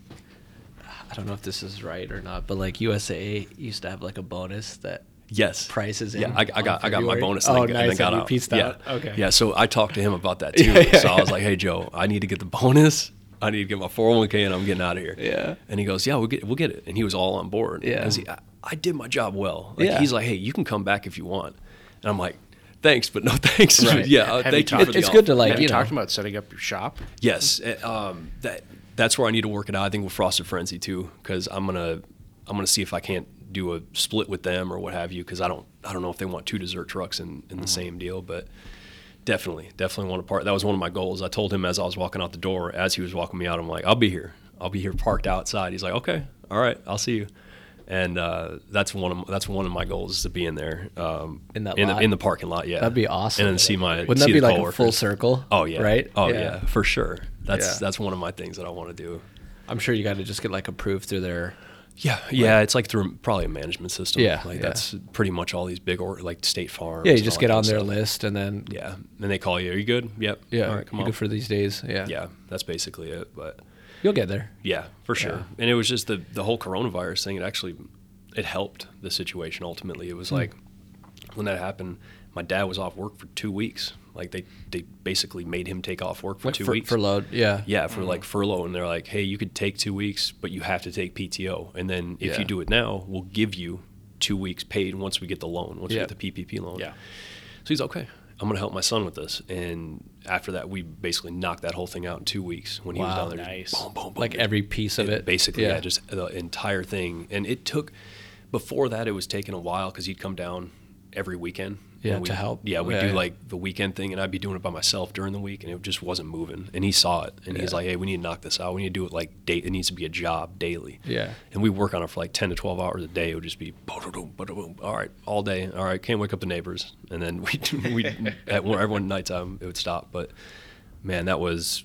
S3: I don't know if this is right or not, but like USA used to have like a bonus that
S4: Yes.
S3: prices
S4: Yeah,
S3: in
S4: I, I
S3: on
S4: got I got my
S3: February?
S4: bonus.
S3: Oh,
S4: and
S3: nice,
S4: then, and then
S3: and
S4: got
S3: you
S4: out.
S3: pieced
S4: yeah.
S3: out. Okay.
S4: Yeah, so I talked to him about that too.
S3: Yeah, yeah,
S4: so I was like, "Hey, Joe, I need to get the bonus. I need to get my 401k, and I'm getting out of here."
S3: Yeah.
S4: And he goes, "Yeah, we'll get we'll get it." And he was all on board.
S3: Yeah.
S4: 'Cause he- I, I did my job well. Like,
S3: Yeah.
S4: He's like, "Hey, you can come back if you want," and I'm like, "Thanks, but no thanks."
S5: Right.
S4: yeah, uh,
S5: Have you
S4: thank you.
S5: talked-
S4: for the
S3: It's good to
S4: offer.
S3: like
S5: Have
S3: you
S5: you
S3: know.
S5: talked about setting up your shop?
S4: Yes, uh, um, that that's where I need to work it out. I think with Frosted Frenzy too, because I'm gonna I'm gonna see if I can't do a split with them or what have you. Because I don't I don't know if they want two dessert trucks in,
S3: Mm-hmm.
S4: in the same deal, but definitely definitely want to part. That was one of my goals. I told him as I was walking out the door, as he was walking me out, I'm like, I'll be here. I'll be here parked outside. He's like, okay, all right, I'll see you. And uh, that's one of that's one of my goals is to be in there um,
S3: In that
S4: in, the,
S3: lot?
S4: in the parking lot. Yeah,
S3: That'd be awesome.
S4: And then see my
S3: Wouldn't
S4: see
S3: that be
S4: the
S3: like a full
S4: coworkers.
S3: circle?
S4: Oh yeah.
S3: Right?
S4: Oh yeah, for sure. That's
S3: Yeah.
S4: that's one of my things that I want to do.
S3: I'm sure you got to just get like approved through their
S4: Yeah, yeah. It's like through probably a management system.
S3: Yeah,
S4: like
S3: yeah.
S4: that's pretty much all these big or like State Farm.
S3: Yeah, you just get on their list and then
S4: Yeah, and they call you. Are you good? Yep.
S3: yeah,
S4: All right, come
S3: you
S4: on.
S3: go for these days. Yeah.
S4: yeah, that's basically it. But
S3: You'll get there.
S4: yeah, for sure. And it was just the the whole coronavirus thing. It actually it helped the situation ultimately. It was
S3: Hmm.
S4: like when that happened, my dad was off work for two weeks. Like they they basically made him take off work for
S3: Like
S4: two
S3: fur-
S4: weeks.
S3: furloughed. Yeah.
S4: yeah for
S3: Mm-hmm.
S4: like furlough and they're like hey you could take two weeks but you have to take pto and then if
S3: Yeah.
S4: you do it now we'll give you two weeks paid once we get the loan once
S3: Yeah.
S4: we get the ppp loan
S5: Yeah.
S4: so he's okay i'm going to help my son with this and after that we basically knocked that whole thing out in two weeks when he was
S3: Wow,
S4: down there
S5: nice.
S4: boom, boom, boom,
S3: Like
S4: just
S3: every piece of it.
S4: Basically,
S3: Yeah.
S4: yeah. just the entire thing. And it took before that it was taking a while because he'd come down every weekend.
S3: Yeah,
S4: and we,
S3: to help.
S4: Yeah, we
S3: Yeah,
S4: do
S3: yeah.
S4: like the weekend thing, and I'd be doing it by myself during the week, and it just wasn't moving. And he saw it, and he's like, "Hey, we need to knock this out. We need to do it like day. It needs to be a job daily."
S3: Yeah.
S4: And we work on it for like ten to twelve hours a day. It would just be ba-da-doom, ba-da-boom, all right, all day. All right, can't wake up the neighbors, and then we we at one, everyone nighttime it would stop, but. man, that was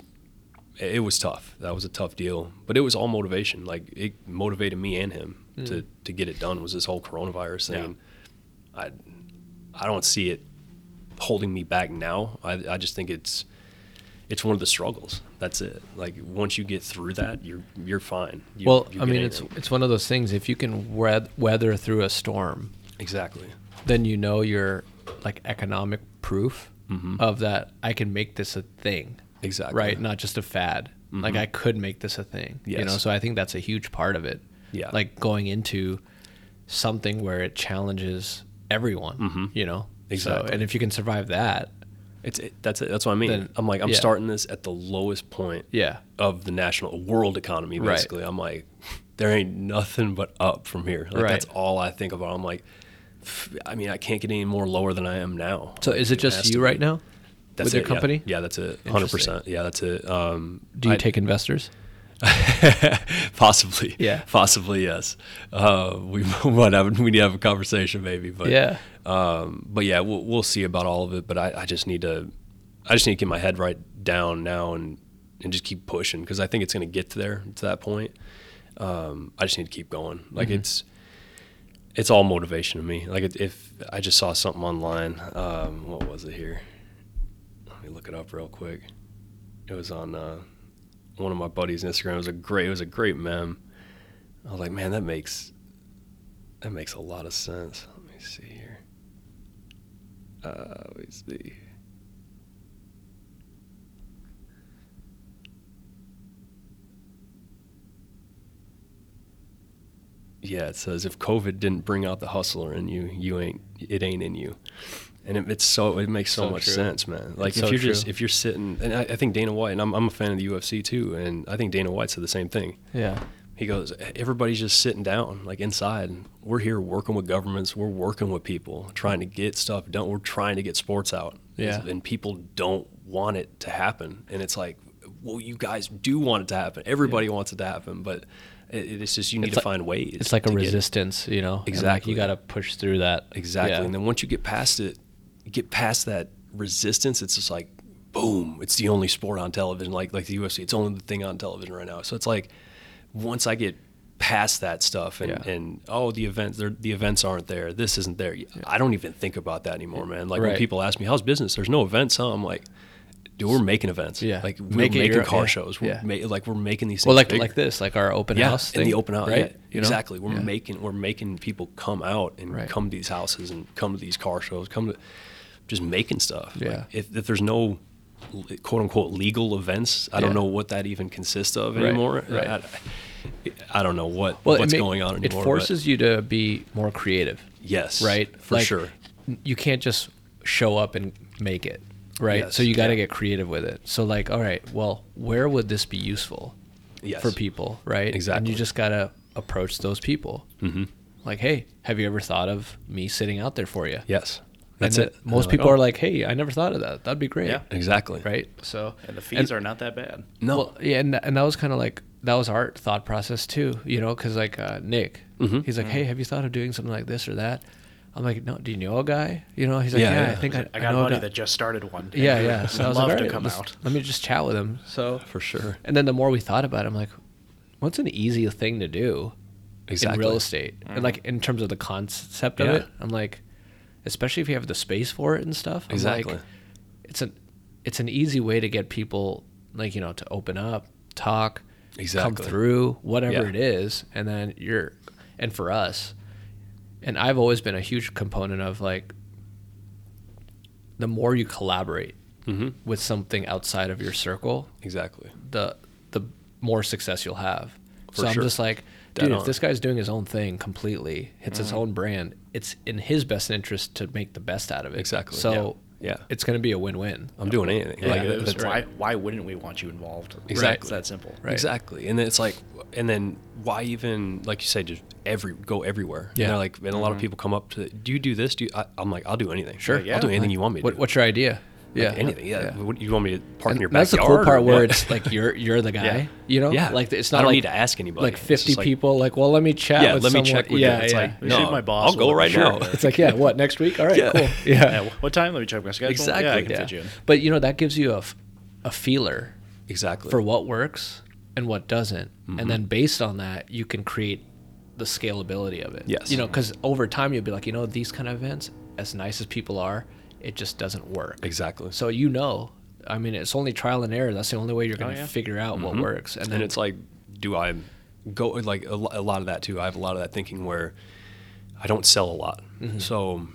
S4: it was tough. That was a tough deal, but it was all motivation. Like it motivated me and him to to get it done. Was this whole coronavirus thing? I I don't see it holding me back now. I I just think it's it's one of the struggles. That's it. Like once you get through that, you're you're fine. You,
S3: well,
S4: you
S3: I
S4: get
S3: mean, it's
S4: anything.
S3: it's one of those things. If you can wea- weather through a storm,
S4: exactly
S3: then you know you're like economic proof
S4: Mm-hmm.
S3: of that. I can make this a thing,
S4: exactly
S3: right? Not just a fad. Like I could make this a thing. You know,
S4: Mm-hmm. Yes.
S3: so I think that's a huge part of it.
S4: Yeah.
S3: Like going into something where it challenges everyone. You know.
S4: Mm-hmm. Exactly.
S3: So, and if you can survive that,
S4: It's it, that's it. That's what I mean.
S3: Then-
S4: I'm like I'm
S3: yeah.
S4: starting this at the lowest point
S3: yeah.
S4: of the national world economy.
S3: Right.
S4: Basically, I'm like there ain't nothing but up from here. Like
S3: Right.
S4: that's all I think about. I'm like, f- I mean, I can't get any more lower than I am now.
S3: So is it
S4: has
S3: just
S4: to
S3: you
S4: be.
S3: right now? with
S4: That's
S3: your
S4: it, yeah.
S3: company?
S4: Yeah, that's it. 100. percent Yeah, that's it. Um,
S3: Do you
S4: I-
S3: take investors?
S4: possibly?
S3: Yeah.
S4: possibly yes. Uh, we might have we need to have a conversation maybe. But
S3: yeah.
S4: but yeah, we'll, we'll see about all of it. But I, I just need to, I just need to get my head right down now and and just keep pushing because I think it's going to get to there to that point. Um, I just need to keep going. Like
S3: Mm-hmm.
S4: it's, it's all motivation to me. Like it, if I just saw something online, um, what was it here? Let me look it up real quick. It was on uh, one of my buddies' Instagram. It was a great, it was a great meme. I was like, man, that makes that makes a lot of sense. Let me see here. Uh, let me see. Yeah, it says if COVID didn't bring out the hustler in you, you ain't it ain't in you, and it, it's so it makes so,
S3: So
S4: much
S3: true.
S4: sense, man. Like
S3: It's
S4: if
S3: so
S4: you're just
S3: true.
S4: if you're sitting, and I, I think Dana White, and I'm I'm a fan of the UFC too, and I think Dana White said the same thing.
S3: yeah.
S4: He goes, everybody's just sitting down, like inside. We're here working with governments. We're working with people, trying to get stuff done. We're trying to get sports out.
S3: Yeah.
S4: And people don't want it to happen. And it's like, well, you guys do want it to happen. Everybody wants it to happen, but it, it's just you need
S3: It's
S4: to
S3: like-
S4: find ways.
S3: It's like a
S4: to get it.
S3: resistance, you know. and, like,
S4: Exactly.
S3: you got to push through that.
S4: Exactly.
S3: Yeah.
S4: And then once you get past it, you get past that resistance, it's just like, boom, it's the only sport on television. Like like the UFC, it's only the thing on television right now. So it's like once I get past that stuff and,
S3: Yeah.
S4: and oh the events they're- the events aren't there this isn't there I don't even think about that anymore man like
S3: Right.
S4: when people ask me how's business there's no events huh I'm like dude we're making events
S3: Yeah.
S4: like we're
S3: Make it
S4: making
S3: your-
S4: car
S3: yeah.
S4: shows we're
S3: Yeah.
S4: ma- like we're making these things
S3: well, like
S4: bigger
S3: like this, like our open
S4: yeah,
S3: house
S4: in
S3: thing,
S4: the open house,
S3: right?
S4: yeah,
S3: You know?
S4: exactly. We're
S3: Yeah.
S4: making we're making people come out and
S3: Right.
S4: come to these houses and come to these car shows, come to just making stuff. Like,
S3: Yeah.
S4: if, if there's no l- quote unquote legal events, I
S3: Yeah.
S4: don't know what that even consists of
S3: Right,
S4: anymore.
S3: right.
S4: I, I don't know what
S3: Well, it
S4: what's
S3: ma-
S4: going on anymore.
S3: It
S4: but
S3: forces you to be more creative,
S4: yes,
S3: right?
S4: for
S3: Like,
S4: sure.
S3: n- You can't just show up and make it, right?
S4: Yes,
S3: so you got to
S4: yeah.
S3: get creative with it. So like, all right, well, where would this be useful
S4: Yes,
S3: for people, right? And
S4: Exactly.
S3: you just got to approach those people. Mm-hmm. Like, hey, have you ever thought of me sitting out there for you?
S4: Yes,
S3: And
S4: that's
S3: then
S4: it. And
S3: Most
S4: they're
S3: people
S4: oh,
S3: are like, "Hey, I never thought of that. That'd be great."
S5: Yeah.
S4: exactly
S3: Right. So
S5: And the fees are not that bad.
S4: No,
S3: well, yeah, and, and that was kind of like that was our thought process too, you know, because like uh, Nick,
S4: Mm-hmm.
S3: he's like,
S5: Mm.
S3: "Hey, have you thought of doing something like this or that?" I'm like, "No, do you know a guy?" You know, he's like, "Yeah,
S4: Yeah,
S3: I
S4: yeah.
S3: think I,
S5: I got
S3: know a
S5: money
S3: guy."
S5: that just started one.
S3: Yeah,
S5: and
S3: yeah.
S5: would
S3: So I was
S5: love
S3: like, "All
S5: to
S3: right,
S5: come
S3: let's-
S5: out.
S3: let me just chat with him." So,
S4: for sure.
S3: and then the more we thought about it, I'm like, "What's an easy thing to do
S4: Exactly.
S3: in real estate?" And like in terms of the concept of
S4: Yeah.
S3: it, I'm like, especially if you have the space for it and stuff. I'm
S4: Exactly.
S3: Like, it's an it's an easy way to get people like you know to open up, talk,
S4: Exactly.
S3: come through, whatever
S4: Yeah.
S3: it is, and then you're and for us, and I've always been a huge component of like the more you collaborate
S4: Mm-hmm.
S3: with something outside of your circle,
S4: Exactly.
S3: the the more success you'll have.
S4: For
S3: so I'm
S4: sure.
S3: just like, dude,
S4: Dead
S3: if
S4: on. Mm-hmm.
S3: this guy's doing his own thing completely, hits his own brand, it's in his best interest to make the best out of it.
S4: Exactly,
S3: So
S4: yeah, yeah.
S3: it's going to be a win-win.
S4: I'm doing anything.
S5: Yeah,
S4: like,
S5: it was,
S4: that's-
S5: why, why wouldn't we want you involved?
S4: Exactly.
S5: It's that simple.
S3: Right.
S4: Exactly. And then it's like, and then why even, like you say, just every, go everywhere.
S3: Yeah.
S4: And they're like, and a lot of people come up to, do you do this? Do you, I, I'm like, I'll do anything.
S3: Sure.
S4: I'll do anything you want me to
S3: What,
S4: do.
S3: what's your idea?
S4: Like, Anything. Yeah. What, you want me to park in your
S3: And that's the
S4: backyard?
S3: cool
S4: or
S3: part where
S4: what?
S3: it's like you're you're the guy, you know.
S4: Yeah.
S3: like it's
S4: I
S3: not
S4: don't
S3: like
S4: need to ask anybody.
S3: like
S4: It's just
S3: fifty
S4: like,
S3: people. Like, well, let me chat.
S4: Yeah.
S3: with
S4: Let me
S3: someone.
S4: check with
S3: yeah,
S4: you. It's
S3: yeah.
S4: like,
S5: Shoot,
S4: no,
S5: my boss
S4: I'll go
S5: will-
S4: right
S5: Sure.
S4: now.
S3: it's like yeah, what next week? All right,
S4: Yeah.
S3: cool. Yeah,
S5: Yeah, what time? Let me check my schedule. Yeah, I
S4: Exactly.
S5: can fit
S3: yeah.
S5: you in.
S3: But you know that gives you a f- a feeler
S4: Exactly.
S3: for what works and what doesn't.
S4: Mm-hmm.
S3: And then based on that, you can create the scalability of it.
S4: Yes.
S3: You know, because over time you'll be like, you know, these kind of events, as nice as people are, it just doesn't work.
S4: exactly.
S3: So you know, I mean, it's only trial and error. That's the only way you're going to
S5: yeah.
S3: figure out what works. And then
S4: Mm-hmm. and it's like do i go like a, lo- a lot of that too i have a lot of that thinking where i don't sell a lot
S5: Mm-hmm.
S4: so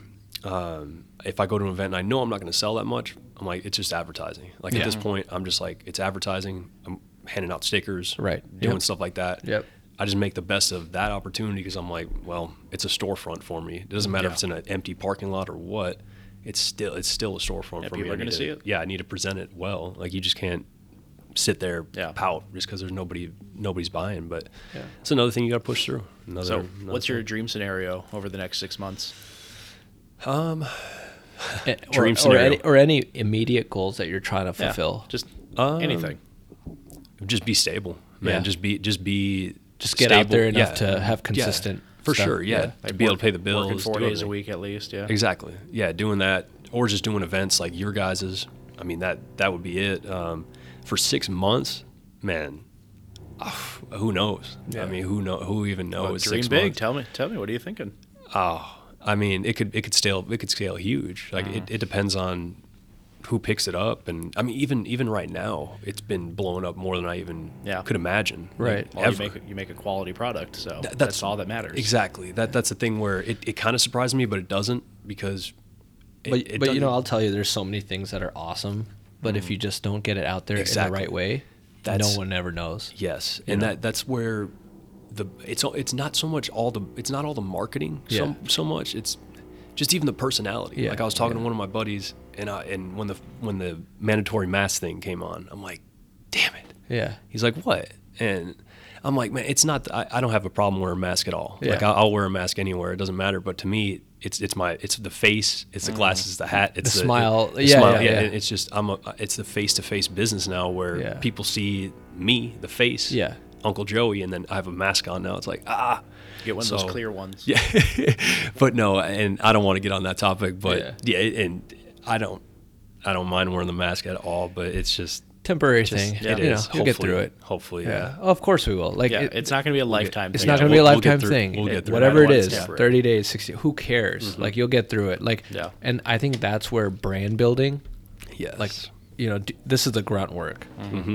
S4: um, if i go to an event and i know i'm not going to sell that much i'm like it's just advertising like
S3: Yeah.
S4: at this point i'm just like it's advertising i'm handing out stickers
S3: Right.
S4: doing
S3: Yep.
S4: stuff like that
S3: Yep.
S4: I just make the best of that opportunity because I'm like, well, it's a storefront for me. It doesn't matter if it's in an empty parking lot or what. It's still it's still a storefront
S5: Yeah,
S4: for me.
S5: people
S4: I
S5: are gonna
S4: need
S5: see it.
S4: Yeah, I need to present it well. Like you just can't sit there
S5: Yeah.
S4: pout just because there's nobody nobody's buying. But it's another thing you got to push through. Another,
S5: So,
S4: another
S5: what's your
S4: thing.
S5: dream scenario over the next six months?
S3: Eh, or,
S4: dream
S3: or,
S4: scenario.
S3: any, or any immediate goals that you're trying to
S5: Yeah,
S3: fulfill.
S5: just
S4: Um,
S5: anything.
S4: just be stable, man?
S3: Yeah.
S4: Just be just be
S3: Just get out
S4: stable.
S3: there enough
S4: Yeah.
S3: to have
S4: Yeah.
S3: consistent.
S4: for
S3: stuff.
S4: sure. Yeah, to be able to pay the bills.
S5: Working four
S4: do
S5: days a
S4: everything.
S5: week at least. Yeah.
S4: Exactly. Yeah, doing that or just doing events like your guys's. I mean that that would be it. Um, for six months, man. ah, Who knows? I mean, who know? Who even knows?
S5: Well, Oh, dream
S4: Six
S5: big.
S4: months.
S5: Tell me. Tell me. What are you thinking?
S4: I mean, it could it could scale it could scale huge. Like it,
S3: Mm.
S4: it depends on who picks it up, and I mean, even even right now, it's been blown up more than I even
S5: Yeah.
S4: could imagine. like,
S3: Right.
S5: Well, you
S4: ever.
S5: make you make a quality product, so
S4: Th-
S5: that's, all that matters.
S4: Exactly. That that's the thing where it, it kind of surprised me, but it doesn't because. it-
S3: But,
S4: it
S3: but you
S4: doesn't- Mm-hmm.
S3: know, I'll tell you, there's so many things that are awesome, but if you just don't get it out there in
S4: Exactly.
S3: the right way,
S4: That's-
S3: no one ever knows.
S4: Yes, and
S3: know?
S4: that that's where the it's all- it's not so much all the it's not all the marketing
S3: Yeah.
S4: so so much it's just even the personality.
S3: Yeah,
S4: Like I was talking to one of my buddies, and I and when the when the mandatory mask thing came on, I'm like, damn it.
S3: Yeah.
S4: He's like, what? And I'm like, man, it's not. I, I don't have a problem wearing a mask at all. Like
S3: Yeah.
S4: I'll, I'll wear a mask anywhere. It doesn't matter. But to me, it's it's my it's the face, it's the glasses, the hat, it's
S3: Mm. The smile. Yeah, yeah, yeah.
S4: It's just I'm a. It's the face to face business now where
S3: Yeah.
S4: people see me, the face.
S3: Yeah.
S4: Uncle Joey, and then I have a mask on now. It's like ah,
S5: Get one of
S4: So-
S5: those clear ones.
S4: yeah. but no, and I don't want to get on that topic. But yeah, and I don't, I don't mind wearing the mask at all. But it's just
S3: Temporary
S4: just-
S3: thing.
S4: it
S3: you
S4: is.
S3: know, you'll get through
S4: Hopefully-
S3: it.
S4: Hopefully,
S3: Yeah.
S4: yeah.
S3: Of course we will. Like
S5: Yeah,
S3: it-
S5: it's not going to be a lifetime.
S3: it's
S5: thing.
S3: not going to be
S4: we'll-
S3: a
S4: we'll
S3: lifetime
S4: get through-
S3: thing.
S4: we'll
S3: It-
S4: get through it. Mm-hmm.
S3: Whatever it
S4: Otherwise,
S3: is,
S4: it's temporary.
S3: 30 days, 60, who cares? Like you'll get through it. Like,
S5: Yeah.
S3: and I think that's where brand building,
S4: Yes. Mm-hmm.
S3: like, you know, d- this is the grunt work.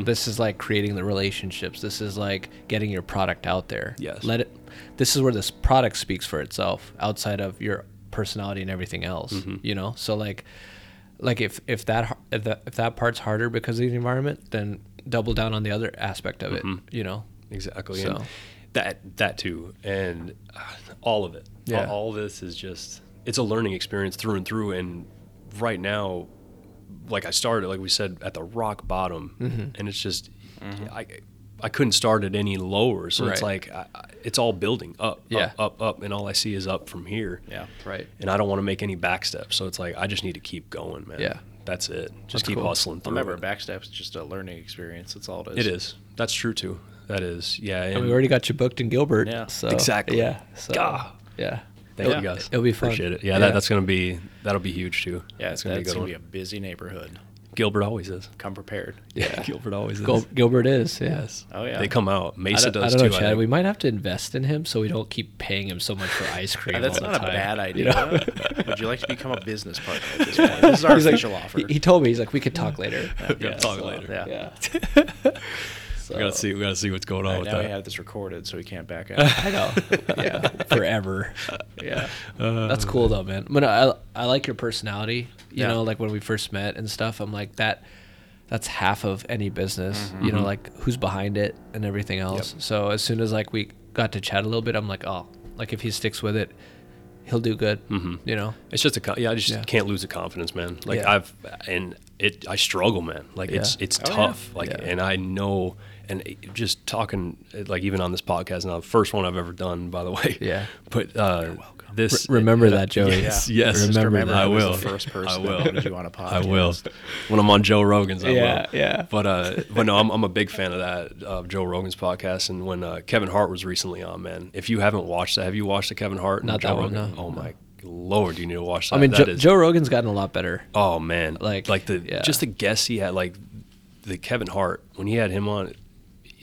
S3: This is like creating the relationships. This is like getting your product out there.
S4: Yes.
S3: Let it, this is where this product speaks for itself outside of your personality and everything else,
S4: Mm-hmm.
S3: you know? So like, like if, if that, har- if that, if that part's harder because of the environment, then double down on the other aspect of
S4: Mm-hmm.
S3: it, you know?
S4: exactly.
S3: So.
S4: And that that too, and uh, all of it.
S3: Yeah.
S4: All, all of this is just it's a learning experience through and through. And right now, like I started, like we said, at the rock bottom,
S3: Mm-hmm.
S4: and it's just I. I couldn't start at any lower, so it's
S3: Right.
S4: like I, I- it's all building up,
S3: Yeah.
S4: up, up, up, and all I see is up from here.
S5: Yeah.
S3: Right.
S4: and I don't want to make any back steps. So it's like I just need to keep going, man.
S3: Yeah.
S4: that's it. Just
S3: That's
S4: keep
S3: cool.
S4: hustling through.
S5: Remember,
S4: it.
S5: backstep's just a learning experience. That's all it is.
S4: It is. That's true too. That is. Yeah.
S3: And
S4: and-
S3: we already got you booked in Gilbert.
S5: Yeah.
S3: So,
S4: Exactly.
S3: Yeah. So,
S4: Gah.
S3: Yeah.
S4: Thank
S5: Yeah.
S4: you guys.
S3: It'll be fun.
S4: Appreciate it. Yeah, That,
S3: Yeah.
S4: that's gonna be that'll be huge too.
S5: Yeah,
S4: it's
S5: it's
S4: gonna
S5: going
S4: be a good
S5: to be
S4: one.
S5: a busy neighborhood.
S4: Gilbert always is.
S5: Come prepared.
S4: Yeah, Gilbert always is.
S3: Gil- Gilbert is. Yeah.
S4: Yes.
S5: Oh, yeah.
S4: They come out.
S3: I
S4: Mesa
S3: don't, I
S4: does
S3: don't know,
S4: too. I
S3: Chad.
S4: think.
S3: we might have to invest in him so we don't keep paying him so much for ice cream.
S5: Yeah, Uh, that's
S3: all
S5: not
S3: the
S5: a
S3: time,
S5: bad
S3: you
S5: idea.
S3: know?
S5: Would you like to become a business partner at this point? This is our official offer.
S3: He, he told me he's like, we could talk later.
S4: yeah, talk later.
S5: yeah.
S3: yeah.
S4: We gotta see. We gotta see what's going on
S5: All right,
S4: with
S5: now we
S4: that.
S5: have this recorded, so we can't back out.
S3: I know. Yeah. Forever.
S5: yeah.
S3: That's cool though, man. But no, I I like your personality. You
S5: Yeah.
S3: know, like when we first met and stuff. I'm like that. That's half of any business. You
S5: Mm-hmm.
S3: know, like who's behind it and everything else. So as soon as like we got to chat a little bit, I'm like, oh, like if he sticks with it, he'll do good.
S5: Mm-hmm.
S3: You know.
S4: It's just a. co- Yeah, I just
S3: Yeah.
S4: can't lose the confidence, man. Like
S3: Yeah.
S4: I've and it. I struggle, man. Like it's
S3: Yeah.
S4: it's
S5: yeah.
S4: tough. Like
S3: Yeah.
S4: and I know. And it- just talking, like even on this podcast now, the first one I've ever done, by the way.
S3: Yeah.
S4: But uh, this
S3: remember that, Joey.
S4: Yes,
S3: Yeah.
S4: yes.
S3: Just Remember
S5: Remember,
S3: that.
S4: I
S5: was
S4: will.
S5: The first person.
S4: I
S5: that
S4: will.
S5: wanted you on a podcast.
S4: I will. When I'm on Joe Rogan's, I
S3: Yeah,
S4: will.
S3: yeah.
S4: But uh, but no, I'm, I'm a big fan of that of Joe Rogan's podcast. And when uh, Kevin Hart was recently on, man, if you haven't watched that, have you watched the Kevin Hart? and
S3: Not
S4: Joe
S3: that one,
S4: Rogan?
S3: no.
S4: Oh my lord, you need to watch that.
S3: I mean,
S4: That
S3: Jo-
S4: is-
S3: Joe Rogan's gotten a lot better.
S4: Oh man,
S3: Like-
S4: like the
S3: yeah.
S4: just the guests he had, like the Kevin Hart when he had him on,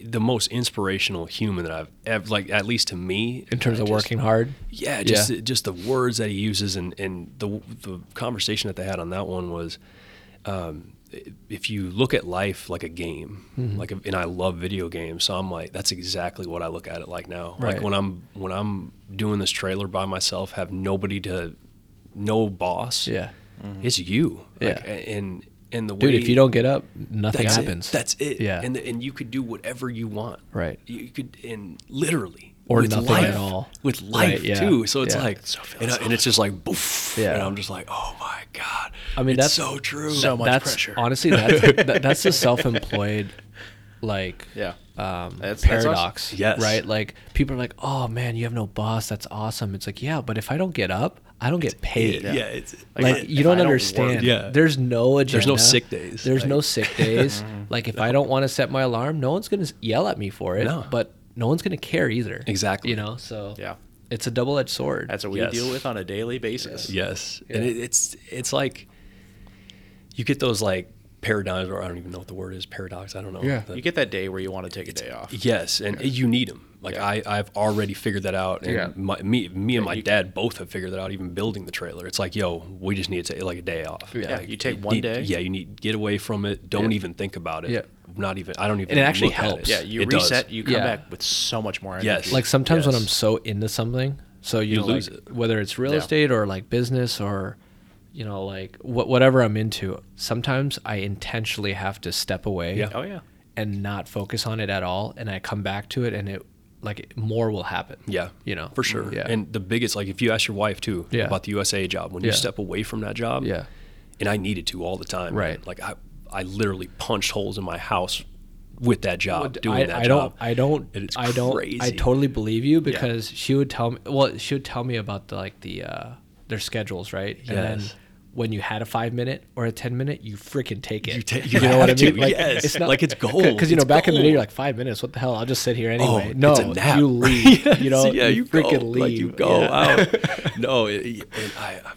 S4: the most inspirational human that I've ever like at least to me
S3: in terms
S4: I
S3: of
S4: just-
S3: working hard.
S4: Yeah, just
S3: Yeah.
S4: just the words that he uses and and the the conversation that they had on that one was. Um, if you look at life like a game,
S3: Mm-hmm.
S4: like if- and I love video games, so I'm like that's exactly what I look at it like now.
S3: Right.
S4: Like when I'm when I'm doing this trailer by myself, have nobody to, no boss.
S3: Yeah.
S4: It's you. Like,
S3: Yeah.
S4: and and the way
S3: Dude, if you don't get up, nothing
S4: that's
S3: happens.
S4: It. That's it.
S3: Yeah.
S4: And and you could do whatever you want.
S3: Right.
S4: You could and literally
S3: Or
S4: with
S3: nothing
S4: life,
S3: at all.
S4: With
S3: Right,
S4: life
S3: yeah.
S4: too. So it's
S3: Yeah.
S4: like
S2: So
S4: and, I- and it's just like boof.
S3: Yeah.
S4: And I'm just like, oh my god.
S3: I mean,
S4: It's
S3: that's-
S4: so true.
S5: So much
S3: that's
S5: pressure.
S3: honestly that's that, that's the self-employed like
S5: Yeah.
S4: Uh,
S3: um,
S5: That's- that's
S3: paradox.
S4: awesome. Yes.
S3: Right? Like people are like, "Oh man, you have no boss. That's awesome." It's like, "Yeah, but if I don't get up, I don't get paid."
S4: yeah. It's
S3: Like
S5: if
S3: you
S5: I
S3: don't
S5: don't work-
S3: understand.
S4: Yeah.
S3: There's no agenda.
S4: no sick days.
S3: There's no
S4: Like-
S3: sick days. like if I don't want to set my alarm, no one's going to yell at me for it,
S4: No.
S3: but no one's going to care either.
S4: Exactly.
S3: You know, so
S5: Yeah.
S3: It's a double-edged sword.
S5: That's what we
S4: Yes.
S5: deal with on a daily basis.
S4: yes.
S3: Yeah.
S4: And it, it's it's like you get those like paradigms or I don't even know what the word is paradox. I don't know.
S3: Yeah.
S4: The-
S5: You get that day where you want to take a day off.
S4: Yes, and you need them. Like I, I've already figured that out, and
S3: Yeah.
S4: my, me, me and my dad both have figured that out. Even building the trailer, it's like, yo, we just need to take like a day off.
S5: Yeah,
S4: Like,
S5: you take one
S4: need-
S5: day.
S4: Yeah, you need get away from it. Don't
S3: Yeah.
S4: even think about it.
S3: Yeah.
S4: not even. I don't even.
S3: And it actually
S4: look at
S3: helps.
S5: Yeah, you
S4: It does.
S5: reset, you come
S3: Yeah.
S5: back with so much more energy.
S4: Yes.
S3: like sometimes when
S4: Yes.
S3: I'm so into something, so you,
S4: You
S3: know,
S4: lose
S3: like,
S4: it.
S3: whether it's real
S5: Yeah.
S3: estate or like business or you know like wh- whatever I'm into, sometimes I intentionally have to step away
S4: Yeah.
S5: Oh yeah.
S3: and not focus on it at all, and I come back to it, and it like more will happen.
S4: Yeah,
S3: you know
S4: for sure.
S3: Yeah,
S4: And the biggest, like, if you ask your wife too
S3: Yeah.
S4: about the USA job, when
S3: Yeah.
S4: you step away from that job,
S3: Yeah.
S4: and I needed to all the time,
S3: Right.
S4: man. Like I, I literally punched holes in my house with that job,
S3: Well,
S4: doing
S3: I,
S4: that
S3: I
S4: job.
S3: don't, I don't,
S4: And it's
S3: I don't, I
S4: crazy.
S3: totally believe you because she would tell me. Well, she would tell me about the like the uh, their schedules, right? And then
S4: Yes.
S3: when you had a five minute or a ten minute, you freaking take it.
S4: You ta- you have to, yes. Like, it's gold.
S3: Because you know,
S4: It's
S3: back in the day,
S4: gold.
S3: you're like five minutes. What the hell? I'll just sit here anyway.
S4: Oh, it's
S3: no,
S4: a nap.
S3: you leave. You know,
S4: yeah, you,
S3: freaking
S4: go,
S3: leave.
S4: Like you go
S3: Yeah.
S4: out. no, it, it- and I, I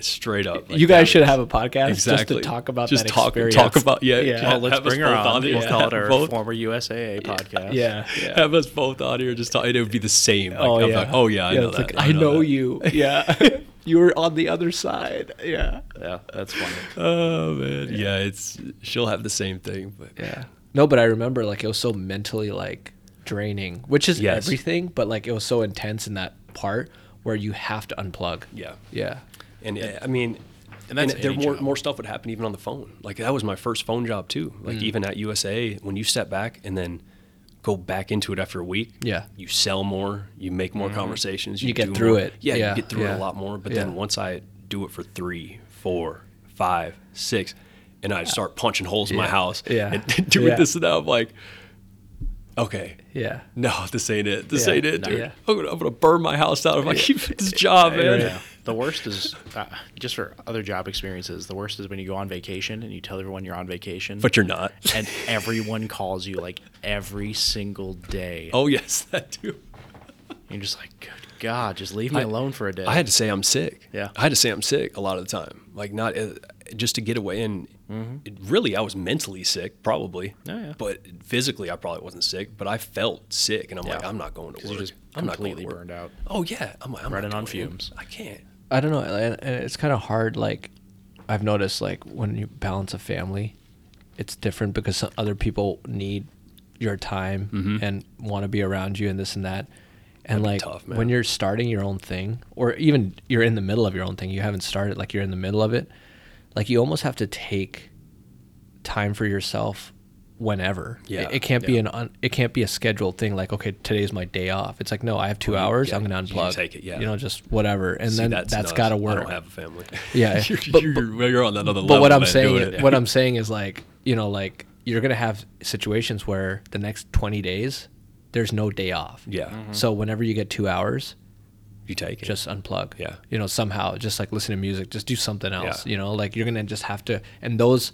S4: straight up. like
S3: you guys
S4: that
S3: should
S4: is-
S3: have a podcast
S4: exactly
S3: just to talk about
S4: just
S3: that
S4: talk,
S3: experience.
S4: Talk about yeah.
S3: Yeah.
S4: have-
S5: Oh, let's
S4: have us
S5: bring her
S4: both
S5: on.
S4: here.
S5: We'll call it our
S4: Both-
S5: former USAA podcast.
S3: yeah.
S4: Have us both on here just talk. and It would be the same. Like,
S3: oh,
S4: I'm
S3: yeah.
S4: like, oh yeah, I know
S3: it's
S4: that.
S3: like, I know
S4: that.
S3: you. Yeah. you were on the other side. Yeah.
S5: Yeah, that's funny.
S4: Oh man, yeah. It's she'll have the same thing, but
S3: Yeah. No, but I remember like it was so mentally like draining, which is
S4: Yes.
S3: everything, but like it was so intense in that part where you have to unplug.
S4: yeah,
S3: Yeah.
S4: and uh, I mean.
S5: And that's
S4: there
S5: any
S4: more
S5: job.
S4: more stuff would happen even on the phone. Like that was my first phone job too. Like
S3: Mm.
S4: even at USA, when you step back and then go back into it after a week,
S3: Yeah. Mm-hmm.
S4: you sell more, you make more conversations,
S3: You get
S4: do
S3: through
S4: more.
S3: it.
S4: Yeah,
S3: Yeah,
S4: you get through
S3: yeah.
S4: it a lot more. But
S3: Yeah.
S4: then once I do it for three, four, five, six, and I start punching holes in my house,
S3: Yeah.
S4: and doing
S3: Yeah.
S4: this and that, I'm like, okay,
S3: Yeah.
S4: no, this ain't it. This
S3: Yeah.
S4: ain't it,
S3: No.
S4: dude.
S3: Yeah.
S4: I'm gonna I'm gonna burn my house down if I keep this job, man.
S5: Yeah. The worst is uh, just for other job experiences. The worst is when you go on vacation and you tell everyone you're on vacation,
S4: But you're not.
S5: and everyone calls you like every single day.
S4: Oh yes, that too.
S5: You're just like, good God, just leave me alone for a day.
S4: I had to say I'm sick.
S5: Yeah.
S4: I had to say I'm sick a lot of the time. Like not uh, just to get away and it, really I was mentally sick probably.
S5: Oh, yeah.
S4: But physically I probably wasn't sick, but I felt sick and I'm like
S5: Yeah.
S4: I'm not going to
S5: 'Cause
S4: work.
S5: you're just
S4: I'm not going
S5: completely
S4: to work.
S5: burned out.
S4: Oh yeah, I'm like, I'm not
S5: Running on
S4: going in.
S5: fumes.
S4: I can't.
S3: I don't know. And and it's kind of hard. Like, I've noticed, like, when you balance a family, it's different because some other people need your time
S4: Mm-hmm.
S3: and want to be around you and this and that. And, like,
S4: tough, man.
S3: when you're starting your own thing, or even you're in the middle of your own thing, you haven't started, like, you're in the middle of it, like, you almost have to take time for yourself whenever It-
S4: Yeah,
S3: it, can't be an un, it can't be a scheduled thing like okay today's my day off it's like no i have two hours i'm gonna
S4: you
S3: unplug
S4: take it, yeah.
S3: you know just whatever and
S4: See,
S3: then
S4: that's
S3: that's
S4: nuts.
S3: got to
S4: I
S3: work
S4: don't have a family.
S3: Yeah,
S4: you're,
S3: but-
S4: you're, you're on another level.
S3: but what I'm
S4: man,
S3: saying,
S4: doing
S3: is-
S4: it.
S3: what I'm saying is like, you know, like you're gonna have situations where the next 20 days, there's no day off.
S4: yeah,
S5: Mm-hmm.
S3: So whenever you get two hours,
S4: you take it.
S3: just unplug.
S4: Yeah.
S3: You know, somehow, just like listen to music, just do something else.
S4: Yeah.
S3: You know, like you're gonna just have to, and those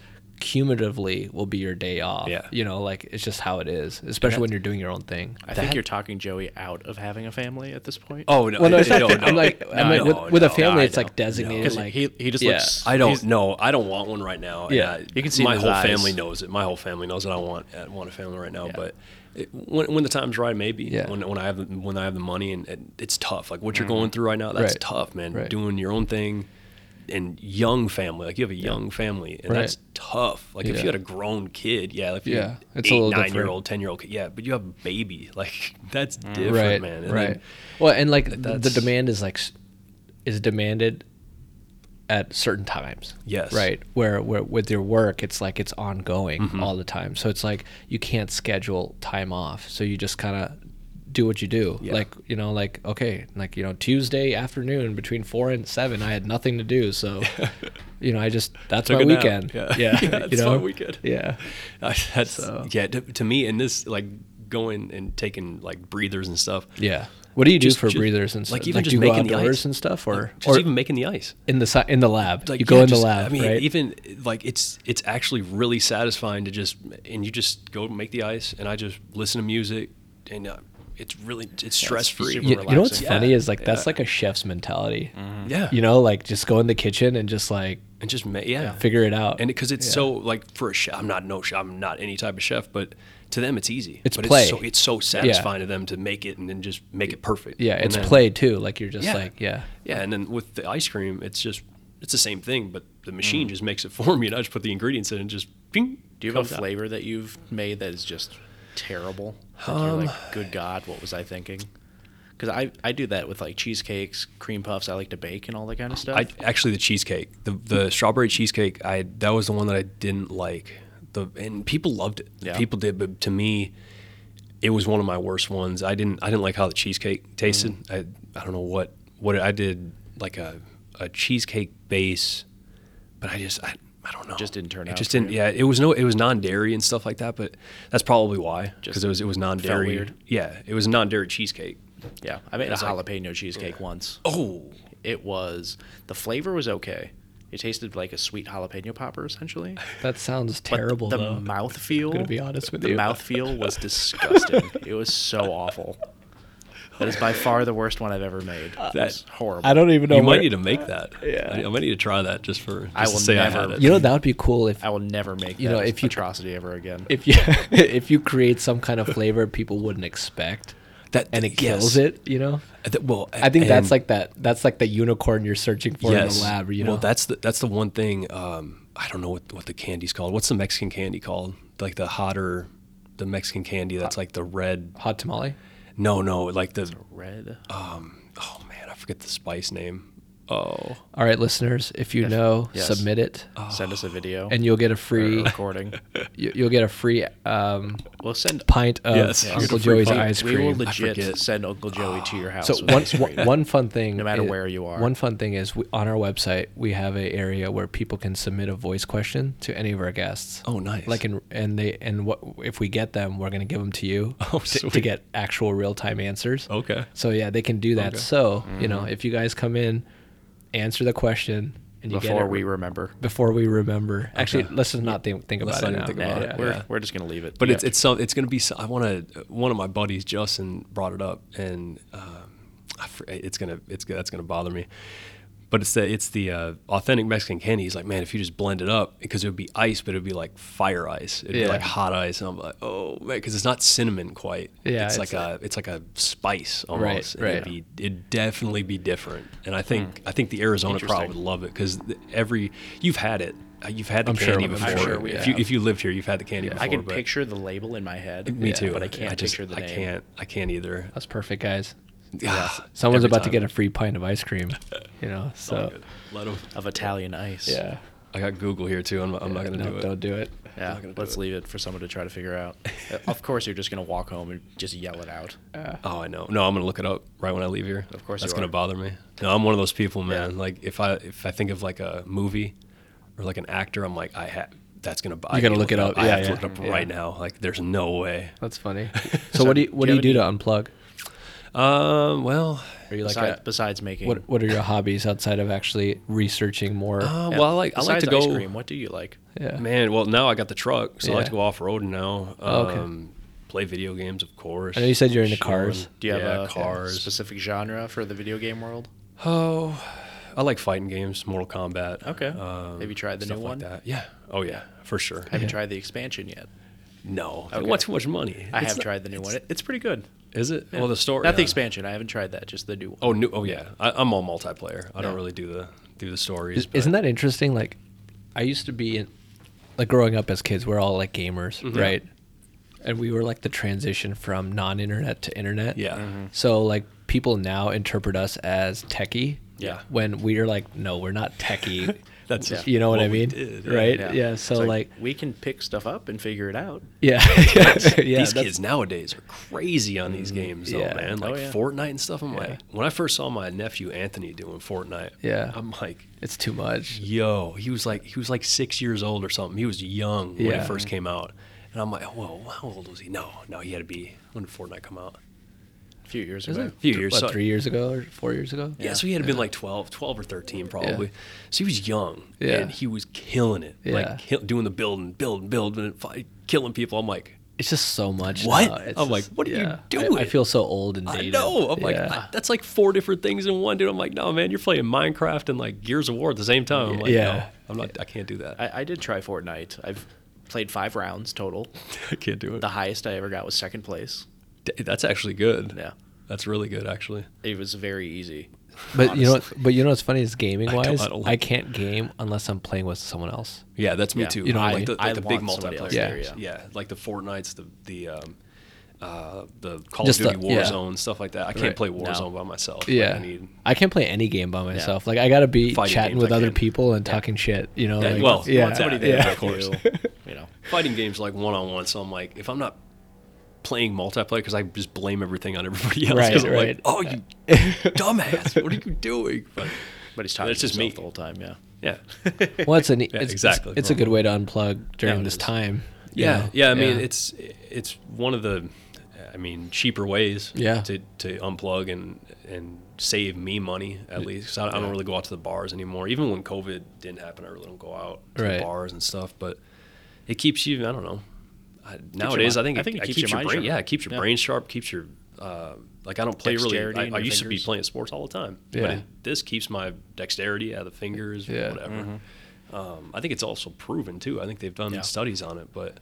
S3: cumulatively will be your day off.
S4: Yeah.
S3: You know, like it's just how it is, especially when you're doing your own thing.
S5: I think you're talking Joey out of having a family at this point.
S4: Oh no,
S3: Well, no,
S4: I
S3: it's not
S4: don't
S3: that.
S4: know.
S3: I'm like, I'm like
S4: No, no,
S3: with, with a
S4: no,
S3: family,
S4: I
S3: it's like
S4: don't.
S3: designated.
S5: because
S3: like
S5: he he just
S3: yeah.
S5: looks.
S4: I don't
S5: he's-
S4: know. I don't want one right now. and
S3: Yeah.
S4: I-
S5: You can see it in
S4: my
S5: his
S4: whole
S5: eyes.
S4: family knows it. My whole family knows that I want I want a family right now.
S5: Yeah.
S4: But it, when when the time's right, maybe
S3: Yeah. Mm-hmm.
S4: when when I have the- when I have the money and, and it's tough. Like what you're going through right now, that's
S3: Right.
S4: tough, man.
S3: Right.
S4: Doing your own thing and young family. Like you have a young family, and
S3: Right.
S4: that's tough. Like if
S3: Yeah.
S4: you had a grown kid, yeah, if you
S3: Yeah,
S4: had
S3: it's a
S4: eight,
S3: little
S4: nine year
S3: different. Mm.
S4: old, ten year old, kid, yeah. But you have a baby, like that's different,
S3: right,
S4: man. And
S3: right.
S4: then-
S3: well, and like th- the
S4: that's-
S3: demand is like s- is demanded at certain times.
S4: Yes.
S3: Right. Where where with your work, it's like it's ongoing
S4: Mm-hmm.
S3: all the time. So it's like you can't schedule time off. So you just kind of do what you do.
S4: Yeah.
S3: Like you know, like okay, like you know, Tuesday afternoon between four and seven, I had nothing to do. So. You know, I just that's
S4: Took
S3: my
S4: a nap.
S3: weekend.
S4: Yeah.
S3: yeah,
S4: Yeah,
S3: you
S4: it's
S3: know,
S4: my weekend.
S3: Yeah,
S4: I, that's
S3: So-
S4: yeah. To, to me, and this like going and taking like breathers and stuff.
S3: yeah. What do you do
S4: Just-
S3: for
S4: just-
S3: breathers and stuff?
S4: like even
S3: like
S4: just
S3: do you go
S4: making the
S3: outdoors
S4: ice.
S3: and stuff, or
S4: Like, just
S3: or
S4: even making the ice.
S3: in the si- in the lab.
S4: Like
S3: you go
S4: yeah,
S3: in
S4: just-
S3: the lab,
S4: I mean,
S3: right?
S4: even like it's it's actually really satisfying to just and you just go make the ice, and I just listen to music, and uh, it's really it's stress free.
S5: super
S3: you, you know what's
S5: relaxing.
S3: funny
S4: Yeah,
S3: is like that's
S4: yeah.
S3: like a chef's mentality.
S4: yeah,
S3: You know, like just go in the kitchen and just like
S4: and just ma- yeah,
S3: figure it out.
S4: and because it's
S3: Yeah.
S4: so like for a chef, I'm not no chef, I'm not any type of chef, but to them it's easy.
S3: It's
S4: but
S3: play.
S4: It's so, it's so satisfying to them to make it and then just make it perfect.
S3: yeah,
S4: And
S3: it's
S4: then-
S3: play too. Like you're just
S4: Yeah.
S3: like yeah,
S4: Yeah, and then with the ice cream, it's just it's the same thing, but the
S3: Mm.
S4: machine just makes it for me, and I just put the ingredients in and just ping.
S5: Do you have a
S4: comes out.
S5: flavor that you've made that is just terrible? Like
S4: Um,
S5: you're like, good God, what was I thinking? Because I, I do that with like cheesecakes, cream puffs. I like to bake and all that kind of stuff.
S4: I actually the cheesecake, the the strawberry cheesecake, I that was the one that I didn't like. The and people loved it.
S5: Yeah.
S4: People did, but to me, it was one of my worst ones. I didn't I didn't like how the cheesecake tasted.
S5: Mm.
S4: I I don't know what what I did like a a cheesecake base, but I just I, I don't know.
S5: Just didn't turn
S4: it
S5: out
S4: Just
S5: for
S4: didn't.
S5: you.
S4: Yeah, it was no. It was non dairy and stuff like that. But that's probably why because it was it was non dairy.
S5: weird.
S4: Yeah, it was non dairy cheesecake.
S5: yeah, I made a
S4: It's like-
S5: jalapeno cheesecake once.
S4: Oh,
S5: It was the flavor was okay. It tasted like a sweet jalapeno popper essentially.
S3: that sounds
S5: But
S3: terrible
S5: The
S3: though.
S5: mouth feel.
S3: gonna be honest with
S5: the
S3: you.
S5: The mouth feel was disgusting. it was so awful. That is by far the worst one I've ever made. That's horrible.
S3: Uh, I don't even know.
S4: you might
S3: where-
S4: need to make that.
S3: Yeah.
S4: I, I might need to try that just for. Just
S5: I will
S4: to say I had
S5: never-
S4: it.
S3: you know that would be cool if
S5: I will never make
S3: You
S5: that
S3: know, if you-
S5: atrocity ever again.
S3: if you if you create some kind of flavor people wouldn't expect
S4: that
S3: and it
S4: yes.
S3: kills it. You know,
S4: That- well,
S3: I think
S4: and-
S3: that's like that. That's like the unicorn you're searching for in the lab. You know,
S4: Well, that's the that's the one thing. Um, I don't know what what the candy's called. What's the Mexican candy called? Like the hotter, the Mexican candy that's like the red.
S3: hot tamale.
S4: No, no, like the.
S5: Red.
S4: Oh man, I forget the spice name. Oh,
S3: All right, listeners, if you know,
S5: yes.
S3: submit it,
S5: send us a video
S3: and you'll get a
S5: or a
S3: free
S5: recording.
S3: you- you'll get a free um,
S5: We'll send
S3: pint of
S4: Yes. Yes.
S3: Uncle
S4: Get a free
S3: Joey's
S4: pint.
S3: ice
S5: We will
S3: cream.
S5: legit
S4: forget.
S5: send Uncle Joey to your house.
S3: So
S5: with
S3: one,
S5: ice cream.
S3: one fun thing,
S5: No matter
S3: is-
S5: where you are.
S3: one fun thing is we, on our website we have a area where people can submit a voice question to any of our guests.
S4: oh, nice.
S3: Like in, and they and what if we get them, we're gonna give them to you
S4: Oh,
S3: to, to
S4: sweet.
S3: get actual real time answers.
S4: okay.
S3: So yeah, they can do that.
S4: Okay.
S3: So you
S5: Mm-hmm.
S3: know, if you guys come in, answer the question, and you get
S5: before
S3: it
S5: we remember.
S3: before we remember. Actually, let's just not think, think
S4: Let's
S3: about it.
S4: not
S3: now.
S4: even think
S3: Yeah,
S4: about it.
S3: yeah.
S5: We're,
S4: Yeah.
S5: we're just gonna leave it.
S4: But it's it's some, it's gonna be. some- I want to. One of my buddies, Justin, brought it up, and um, I, fr- it's gonna it's gonna- that's gonna bother me. But it's the it's the uh, authentic Mexican candy. He's like, man, if you just blend it up, because it would be ice, but it would be like fire ice. It'd
S3: Yeah.
S4: be like hot ice. And I'm like, oh man, because it's not cinnamon quite.
S3: Yeah,
S4: it's,
S3: it's
S4: like a, it's like a spice almost. and
S3: right. Hmm.
S4: It'd be it'd definitely be different. And I think I think the Arizona crowd would love it because every you've had it. Uh, You've had the
S3: I'm sure
S4: candy
S3: we-
S4: before.
S3: I'm sure we
S4: if
S3: have.
S4: you if you lived here, you've had the candy before.
S5: I can
S4: but-
S5: picture the label in my head.
S4: me too.
S5: But I can't
S4: just-
S5: picture the
S4: I
S5: name.
S4: can't. I can't either.
S3: That's perfect, guys.
S4: Yes.
S3: Someone's about to get a free pint of ice cream. You know, so
S4: uh, Let 'em-
S5: Of Italian ice.
S3: yeah.
S4: I got Google here too. I'm, I'm not gonna
S3: no,
S4: do it.
S3: Don't do it.
S5: Yeah.
S4: not gonna do
S5: Let's
S4: it.
S5: leave it for someone to try to figure out. Uh, of course, you're just gonna walk home and just yell it out.
S4: Oh, I know. No, I'm gonna look it up right when I leave here. Of
S5: course
S4: that's
S5: you
S4: gonna
S5: are.
S4: bother me. No, I'm one of those people, man. Like if I if I think of like a movie or like an actor, I'm like I have. That's gonna bother.
S3: You gotta look it up.
S4: I
S3: Yeah,
S4: have
S3: yeah.
S4: to look it up
S3: Yeah.
S4: right now. Like there's no way.
S3: That's funny. so what do you, what do you do to unplug?
S4: Um, well,
S3: Are you like
S5: besides,
S3: a-
S5: besides making
S3: what What are your hobbies outside of actually researching more?
S4: Uh,
S5: Yeah,
S4: well, I like I like
S5: besides
S4: to go.
S5: ice cream, what do you like?
S3: yeah.
S4: Man, well now I got the truck, so I like
S3: Yeah. Oh,
S4: to go off road now. Um,
S3: okay.
S4: Play video games, of course.
S3: I know you said you're into cars.
S5: Do you have uh,
S4: Yeah,
S5: a
S4: cars.
S5: specific genre for the video game world?
S4: Oh, I like fighting games, Mortal Kombat.
S5: Okay.
S4: Um,
S5: Have you tried the new
S4: stuff like
S5: one?
S4: that. Yeah. Oh yeah, for sure.
S5: Have you tried the expansion yet?
S4: No, I
S5: Okay.
S4: want too much money.
S5: I
S4: It's
S5: have
S4: not-
S5: tried the new one. It- It's pretty good.
S4: Is it? Well, the story.
S5: Not the
S4: uh,
S5: expansion. I haven't tried that. Just the new one.
S4: Oh, new. Oh yeah, I, I'm all multiplayer. I don't
S5: Yeah.
S4: really do the do the stories.
S3: Is, isn't
S4: but-
S3: that interesting? Like, I used to be in, like growing up as kids, we're all like gamers,
S4: Mm-hmm.
S3: right? And we were like the transition from non-internet to internet.
S4: Yeah.
S5: Mm-hmm.
S3: So like people now interpret us as techie.
S4: Yeah.
S3: When we are like, no, we're not techie.
S4: That's just
S3: you know what, I
S4: what we
S3: mean,
S4: did, yeah.
S3: right?
S5: Yeah.
S3: Yeah. So
S5: It's
S3: like,
S5: we can pick stuff up and figure it out.
S3: yeah, yeah,
S4: these
S3: that's- Mm,
S4: kids nowadays are crazy on these games, though,
S3: Yeah.
S4: man. Like
S5: Oh, yeah.
S4: Fortnite and stuff. I'm
S3: Yeah.
S4: like, when I first saw my nephew Anthony doing Fortnite,
S3: Yeah.
S4: I'm like,
S3: it's too much.
S4: yo, he was like, he was like six years old or something. He was young when
S3: Yeah.
S4: it first came out, and I'm like, whoa, how old was he? No, no, he had to be when did Fortnite come out.
S5: A few years
S4: Is
S5: ago.
S4: it? A few years,
S3: What,
S4: so-
S3: three years ago or four years ago?
S4: Yeah, so he had been like 12, 12 or 13 probably. So he was young
S3: Yeah.
S4: and he was killing it.
S3: Yeah.
S4: Like kill, doing the building, building, building, fi- killing people. I'm like,
S3: It's just so much.
S4: What?
S3: now. It's
S4: I'm like,
S3: just-
S4: what are you
S3: I- I,
S4: doing?
S3: feel so old and
S4: I
S3: dated.
S4: know. I'm like,
S3: Yeah.
S4: I- that's like four different things in one, dude. I'm like, no, man, you're playing Minecraft and like Gears of War at the same time. I'm like,
S3: Yeah.
S4: no, I'm not, I can't do that. I,
S5: I, I did try Fortnite. I've played five rounds total.
S4: can't do it.
S5: The highest I ever got was second place.
S4: D- That's actually good.
S5: Yeah.
S4: That's really good, actually.
S5: It was very easy.
S3: But you know, what-
S5: honestly.
S3: but you know what's funny is gaming
S4: I
S3: wise,
S4: don't- I
S3: I,
S4: don't like-
S3: can't game unless I'm playing with someone else.
S4: Yeah, that's me
S5: Yeah.
S4: too.
S5: You
S3: know,
S4: I
S3: I-
S4: like the, like
S5: I
S4: the big
S5: want somebody
S4: multiplayer.
S5: else
S3: there,
S4: yeah.
S5: yeah.
S4: like the Fortnites, the the um, uh, the Call
S3: Just the-
S4: of Duty
S3: yeah.
S4: Warzone stuff like that. I can't
S3: Right.
S4: play Warzone by myself. Like,
S3: Yeah,
S4: I need.
S3: I can't play any game by myself. Like I gotta be
S4: Fighting
S3: chatting
S4: games
S3: with
S4: I
S3: other
S4: can.
S3: people and talking shit. You know,
S4: Yeah,
S3: like,
S4: well,
S3: yeah,
S4: want
S5: Somebody
S4: somebody to-
S5: there,
S4: yeah,
S5: with
S4: of course.
S5: You, you know.
S4: Fighting games like one on one, so I'm like, if I'm not playing multiplayer, because I just blame everything on everybody else. 'cause
S3: Right, right.
S4: I'm like, oh, you dumbass, what are you doing? But
S5: But he's talking
S4: That's
S5: to
S4: just
S5: just
S4: me.
S5: me. the whole time, yeah.
S4: yeah,
S3: well, it's an it's, it's-
S4: exactly.
S3: It's, a good way to unplug during
S4: it
S3: this
S4: is.
S3: time. you
S4: yeah,
S3: know?
S4: yeah. I mean, it's it's one of the, I mean, cheaper ways.
S3: Yeah.
S4: To, to unplug and and save me money at least. 'Cause I, I don't really go out to the bars anymore. Even when COVID didn't happen, I really don't go out to
S3: Right.
S4: the bars and stuff. But it keeps you. I don't know. I, nowadays,
S5: mi-
S4: I think
S5: I
S4: it,
S5: think it keeps
S4: it keeps,
S5: your
S4: your,
S5: mind
S4: brain.
S5: sharp.
S4: Yeah, it keeps your
S5: Yeah.
S4: brain sharp. Keeps your uh, like I don't play
S5: Dexterity
S4: really.
S5: in
S4: I, I
S5: your
S4: used to be
S5: fingers.
S4: playing sports all the time, but
S3: Yeah.
S4: it, this keeps my dexterity out of the fingers.
S3: Yeah.
S4: Or whatever. Um, I think it's also proven too. I think they've done
S5: Mm-hmm. Yeah.
S4: studies on it, but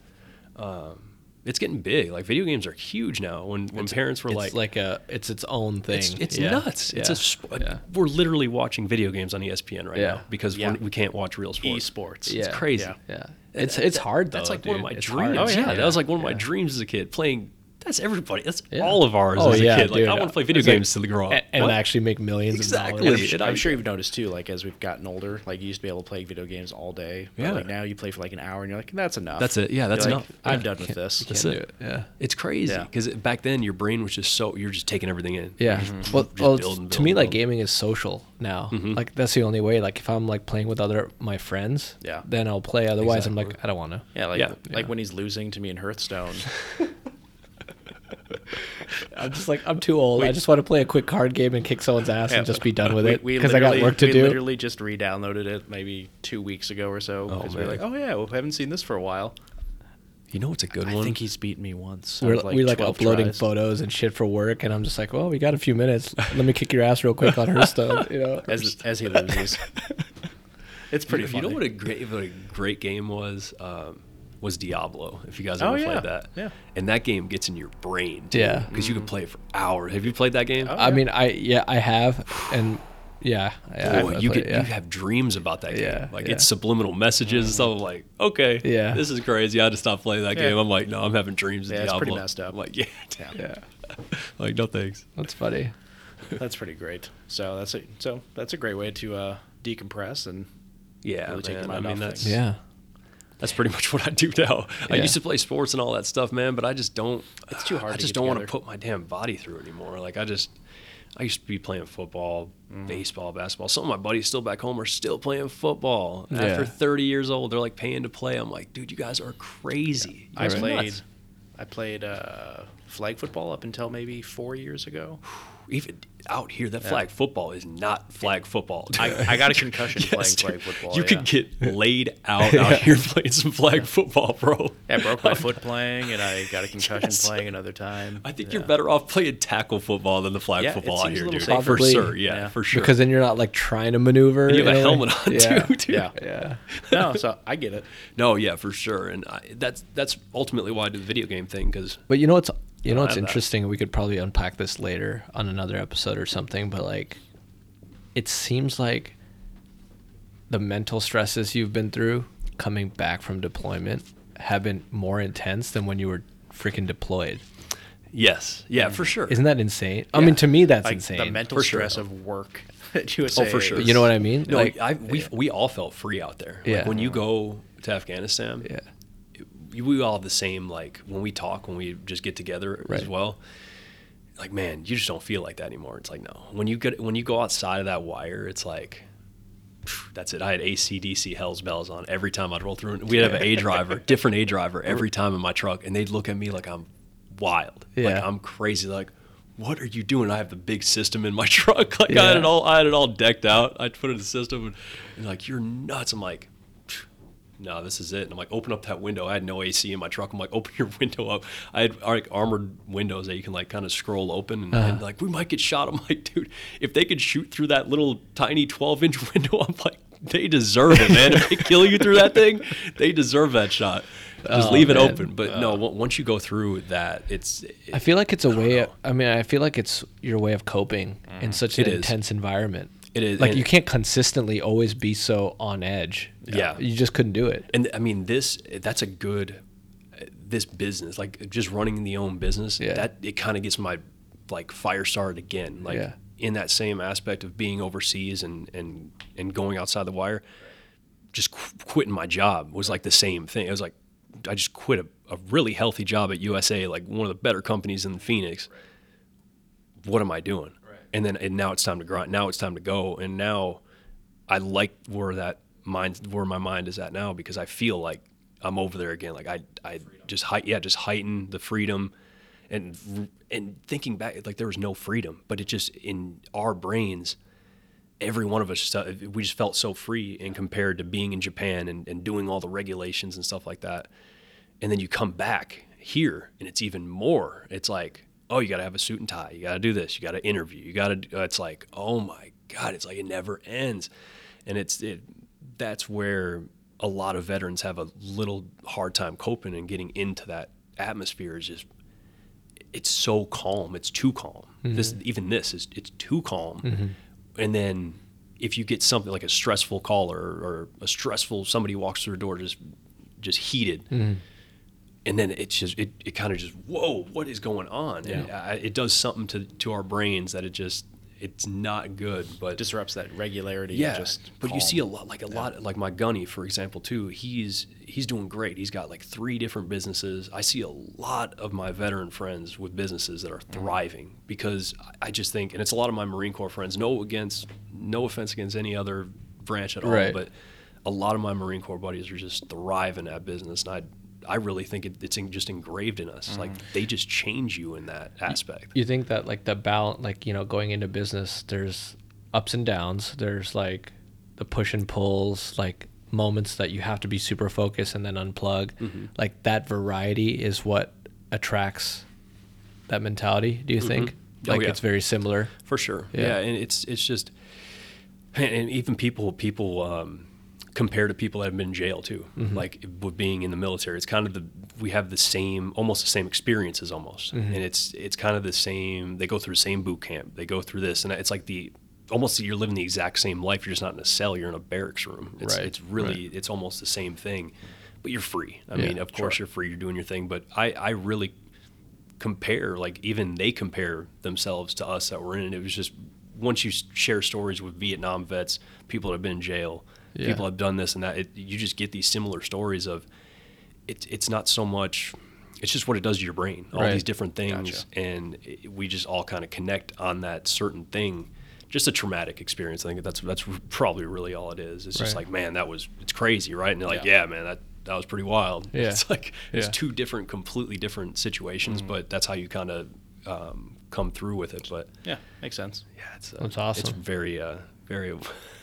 S4: um, it's getting big. Like video games are huge now. When when parents were
S3: it's
S4: like,
S3: like, a it's its own thing.
S4: it's, it's
S3: Yeah.
S4: nuts. It's
S3: Yeah.
S4: a sp-
S3: Yeah.
S4: we're literally watching video games on E ESPN right
S3: Yeah.
S4: now because
S5: Yeah.
S4: we're- we can't watch real sports.
S5: Esports.
S3: Yeah.
S4: It's crazy.
S5: Yeah.
S3: Yeah, it's it's hard though.
S4: That's like one of
S3: dude.
S4: my
S3: It's hard.
S4: dreams.
S5: Oh,
S4: yeah.
S5: yeah.
S4: that was like one of my
S3: Yeah.
S4: dreams as a kid. Playing. That's everybody. That's
S3: Yeah.
S4: all of ours
S3: Oh,
S4: as a
S3: yeah,
S4: kid. Like
S3: dude.
S4: I want to play video
S3: It's like-
S4: games to grow up.
S3: and, and
S4: What?
S3: actually make millions
S4: Exactly.
S3: of dollars.
S4: It-
S5: I'm
S4: I-
S5: sure you've noticed too, like as we've gotten older, like you used to be able to play video games all day. But
S4: Yeah.
S5: like now you play for like an hour and you're like, that's enough.
S4: That's it. Yeah,
S5: You're
S4: that's
S5: like,
S4: enough.
S5: I'm
S4: Yeah.
S5: done with this.
S4: That's
S3: do
S4: it.
S3: it. Yeah.
S4: It's crazy
S5: Yeah.
S4: because back then your brain was just so you're just taking everything in.
S3: Yeah. Well,
S4: Mm-hmm. Just
S3: well
S4: build and
S3: to
S4: build
S3: me,
S4: and
S3: like
S4: build. Mm-hmm.
S3: gaming is social now. Like that's the only way. Like if I'm like playing with other my friends,
S5: Yeah.
S3: then I'll play. Otherwise, I'm
S4: Exactly.
S3: like I don't want to.
S5: Yeah, like
S4: Yeah.
S5: like when he's losing to me in Hearthstone.
S3: I'm just like I'm too old. I just want to play a quick card game and kick someone's ass
S5: Yeah.
S3: and just be done with
S5: We-
S3: it
S5: we
S3: because I got
S5: literally-
S3: work to
S5: we
S3: do.
S5: literally just re-downloaded it maybe two weeks ago or so.
S4: Oh,
S5: 'cause we were
S4: man.
S5: like, oh yeah, we haven't seen this for a while.
S4: you know, it's a good
S5: I
S4: one.
S5: think he's beaten me once. out
S3: We're,
S5: of,
S3: like, we like
S5: 12
S3: uploading
S5: tries.
S3: photos and shit for work, and I'm just like, well, we got a few minutes. Let me kick your ass real quick on Hearthstone. You know,
S5: as as he loses. it's pretty.
S4: you
S5: funny.
S4: know what a great what a great game was um, was Diablo. If you guys
S5: Oh,
S4: ever
S5: yeah.
S4: played that,
S5: Yeah.
S4: And that game gets in your brain,
S3: Yeah.
S4: because you could play it for hours. Have you played that game?
S5: Oh,
S3: I mean, I yeah, I have, and yeah, yeah
S4: Boy,
S3: I've
S4: you
S3: played it,
S4: get
S3: yeah.
S4: you have dreams about that game.
S3: Yeah,
S4: like
S3: yeah.
S4: it's subliminal messages. So I'm like, okay,
S3: Yeah.
S4: this is crazy. I had to stop playing that
S5: Yeah.
S4: game. I'm like, no, I'm having dreams of
S5: Yeah, it's
S4: Diablo.
S5: pretty messed up.
S4: I'm like, yeah,
S3: yeah,
S4: like no thanks.
S3: that's funny.
S5: That's pretty great. So that's a so that's a great way to uh, decompress and
S4: Yeah,
S5: Really take the
S4: man, I
S5: mind
S4: mean
S5: off
S4: that's
S5: things.
S3: Yeah,
S4: That's pretty much what I do now. I
S3: Yeah.
S4: used to play sports and all that stuff, man, but I just don't.
S5: It's too hard
S4: I
S5: to
S4: just
S5: get
S4: don't want to
S5: together.
S4: put my damn body through it anymore. Like I just, I used to be playing football,
S5: Mm.
S4: baseball, basketball. Some of my buddies still back home are still playing football
S3: Yeah.
S4: after 30 years old. They're like paying to play. I'm like, dude, you guys are crazy. You
S5: I
S4: guys are
S5: played
S4: nuts."
S5: I played uh, flag football up until maybe four years ago.
S4: even out here, that flag football is not flag football.
S5: I, I got a concussion
S4: Yes,
S5: playing flag
S4: dude.
S5: football.
S4: You
S5: yeah.
S4: could get laid out out here playing some flag football, bro.
S5: Yeah, I broke
S3: Oh,
S5: my foot playing, and I got a concussion
S4: Yes.
S5: playing another time.
S4: I think
S5: yeah.
S4: you're better off playing tackle football than the flag
S5: Yeah, it
S4: football out
S5: seems a
S4: here,
S5: little
S4: dude.
S5: safer.
S4: For
S3: Probably.
S4: sure, yeah,
S5: Yeah.
S4: for sure.
S3: Because then you're not like trying to maneuver. in
S4: you have a
S3: way.
S4: helmet on
S3: yeah.
S4: too, dude.
S5: Yeah.
S3: Yeah.
S5: No, so I get it.
S4: No, yeah, for sure. And I, that's that's ultimately why I do the video game thing because
S3: But you know what's you know
S4: I
S3: what's
S4: have that.
S3: interesting? We could probably unpack this later on another episode or something, but like it seems like the mental stresses you've been through coming back from deployment have been more intense than when you were freaking deployed.
S4: yes,
S5: Mm-hmm.
S4: yeah, for sure.
S3: Isn't that insane? I mean to me that's
S5: Like
S3: insane. Oh,
S5: the mental
S4: For sure.
S5: stress of work at USA.
S4: Oh, for sure.
S5: is-
S3: you know what I mean?
S4: no,
S3: like
S4: I, we we all felt free out there. Like,
S3: Yeah.
S4: when you go to Afghanistan,
S3: yeah.
S4: you- we all have the same like when we talk when we just get together as
S3: Right.
S4: well like man you just don't feel like that anymore it's like no when you get when you go outside of that wire it's like phew, that's it i had acdc hell's bells on every time i'd roll through and we'd have an a driver different a driver every time in my truck and they'd look at me like i'm wild like
S3: Yeah.
S4: i'm crazy like what are you doing? I have the big system in my truck. Like I had
S3: Yeah.
S4: it all, I had it all decked out. I put it in the system, and, and like you're nuts. I'm like, no, this is it. And I'm like, open up that window. I had no AC in my truck. I'm like, open your window up. I had like armored windows that you can like kind of scroll open and, and,
S3: Uh-huh.
S4: like, we might get shot. I'm like, dude, if they could shoot through that little tiny 12 inch window, I'm like, they deserve it, man. if they kill you through that thing, they deserve that shot. Just leave it
S3: Oh, man. Uh.
S4: open. But no, on- once you go through that, it's
S3: I feel like it's a way. I mean, I feel like it's your way of coping in such an
S4: It is.
S3: intense environment.
S4: It is,
S3: like
S4: and-
S3: you can't consistently always be so on edge.
S4: Yeah.
S3: you just couldn't do it.
S4: and I mean this that's a good this business like just running the own business
S3: Yeah.
S4: that it kind of gets my like fire started again like
S3: Yeah.
S4: in that same aspect of being overseas and and and going outside the wire just qu- quitting my job was like the same thing it was like I just quit a, a really healthy job at USA like one of the better companies in Phoenix what am I doing? And then and now it's time to grind. Now it's time to go. And now I like where that mind where my mind is at now because I feel like I'm over there again. Like I I just height yeah just heighten the freedom and and thinking back like there was no freedom, but it just in our brains. Every one of us, just, uh, we just felt so free and compared to being in Japan and, and doing all the regulations and stuff like that and then you come back here and it's even more it's like oh you got to have a suit and tie you got to do this you got to interview you got to it's like oh my god it's like it never ends and it's it that's where a lot of veterans have a little hard time coping and getting into that atmosphere is just it's so calm it's too calm this even this is it's too calm and then if you get something like a stressful call or, or a stressful somebody walks through the door just just heated and then it's just it, it kind of just whoa what is going on and I, it does something to to our brains that it just it's not good but
S5: disrupts that regularity.
S4: yeah
S5: And just
S4: but you
S5: calm.
S4: see a lot like a lot like my gunny for example too he's he's doing great he's got like three different businesses i see a lot of my veteran friends with businesses that are
S5: Mm-hmm.
S4: thriving because I- i just think and it's a lot of my marine corps friends no against no offense against any other branch at all
S3: Right.
S4: but a lot of my marine corps buddies are just thriving at business and i I really think it, it's in, just engraved in
S5: Mm-hmm.
S4: us. Like they just change you in that aspect.
S3: You think that like the balance, like you know, going into business, there's ups and downs. There's like the push and pulls, like moments that you have to be super focused and then unplug.
S4: Mm-hmm.
S3: Like that variety is what attracts that mentality. Do you think?
S4: Oh,
S3: Like
S4: yeah.
S3: it's very similar.
S4: for sure. Yeah.
S3: Yeah.
S4: and it's it's just, and, and even people people um, compare to people that have been in jail too,
S3: Mm-hmm.
S4: like with being in the military. It's kind of the we have the same almost the same experiences almost,
S3: Mm-hmm.
S4: and it's it's kind of the same. They go through the same boot camp. They go through this, and it's like the almost you're living the exact same life. You're just not in a cell. You're in a barracks room. It's,
S3: Right,
S4: It's really it's almost the same thing, but you're free. I
S3: Yeah,
S4: mean, of course you're free. You're doing your thing, but I I really compare like even they compare themselves to us that were in it it was just once you s- share stories with vietnam vets people that have been in jail
S3: Yeah.
S4: people have done this and that it, you just get these similar stories of it, it's not so much it's just what it does to your brain all
S3: Right.
S4: these different things and it, we just all kind of connect on that certain thing just a traumatic experience i think that's that's probably really all it is it's just
S3: Right.
S4: like man that was it's crazy right and they're like yeah,
S5: Yeah.
S4: man that that was pretty wild
S3: Yeah.
S4: it's like it's
S3: Yeah. Mm-hmm.
S4: two different completely different situations but that's how you kind of um, come through with it. But
S5: Yeah, makes sense.
S4: yeah, it's uh,
S3: That's
S4: It's
S3: awesome.
S4: very uh, very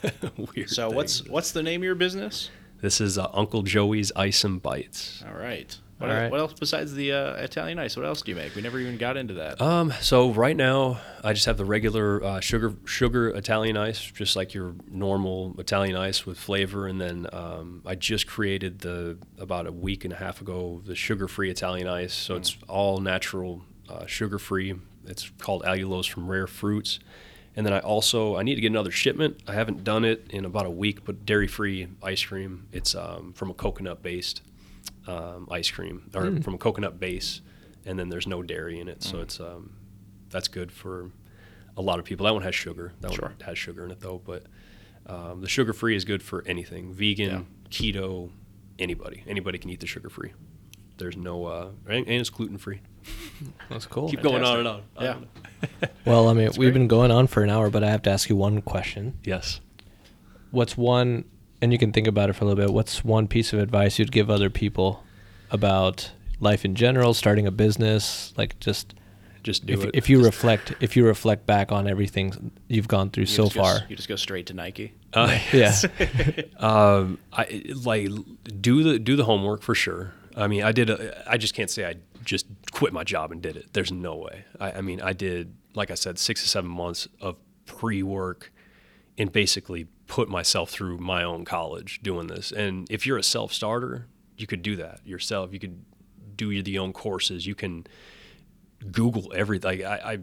S4: weird.
S5: So
S4: thing.
S5: what's what's the name of your business?
S4: this is uh, Uncle Joey's Ice and Bites.
S5: All right. What,
S3: All
S5: el-
S3: right.
S5: what else besides the uh, Italian ice? What else do you make? We never even got into that.
S4: Um, so right now I just have the regular uh, sugar sugar Italian ice, just like your normal Italian ice with flavor, and then um, I just created the about a week and a half ago the sugar free Italian ice. So it's all natural, uh, sugar free. It's called allulose from rare fruits, and then I also I need to get another shipment. I haven't done it in about a week, but dairy free ice cream. It's um, from a coconut based um, ice cream or from a coconut base, and then there's no dairy in it, so it's um, that's good for a lot of people. That one has sugar. That one has sugar in it though, but um, the sugar free is good for anything: vegan, keto, anybody. Anybody can eat the sugar free. There's no uh, and and it's gluten free.
S3: That's cool.
S4: Keep going on and on. I
S5: yeah.
S4: don't know.
S3: Well, I mean, we've been going on for an hour, but I have to ask you one question.
S4: Yes.
S3: What's one, and you can think about it for a little bit, what's one piece of advice you'd give other people about life in general, starting a business, like just
S4: Just do
S3: if,
S4: it.
S3: if you reflect if you reflect back on everything you've gone through
S5: You
S3: so
S5: just go s-
S3: far.
S5: you just go straight to Nike.
S4: Uh,
S3: Yeah.
S4: um, I like do the do the homework for sure. I mean, I did. A, I just can't say I just quit my job and did it. There's no way. I, I mean, I did like I said, six to seven months of pre work and basically put myself through my own college doing this. And if you're a self starter, you could do that yourself. You could do your the own courses. You can Google everything. I, I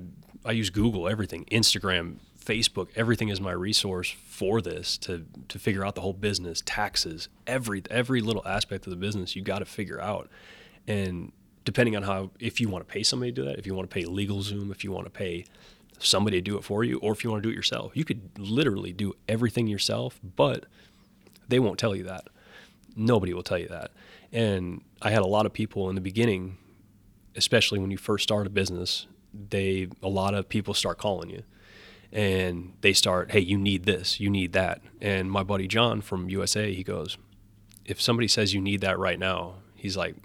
S4: I use Google everything, Instagram, Facebook, everything is my resource for this to to figure out the whole business, taxes, every every little aspect of the business you got to figure out. And depending on how if you want to pay somebody to do that, if you want to pay LegalZoom, if you want to pay somebody to do it for you, or if you want to do it yourself, you could literally do everything yourself. But they won't tell you that. Nobody will tell you that. And I had a lot of people in the beginning especially when you first start a business, they a lot of people start calling you and they start, "Hey, you need this, you need that." And my buddy John from USA, he goes, "If somebody says you need that right now, he's like,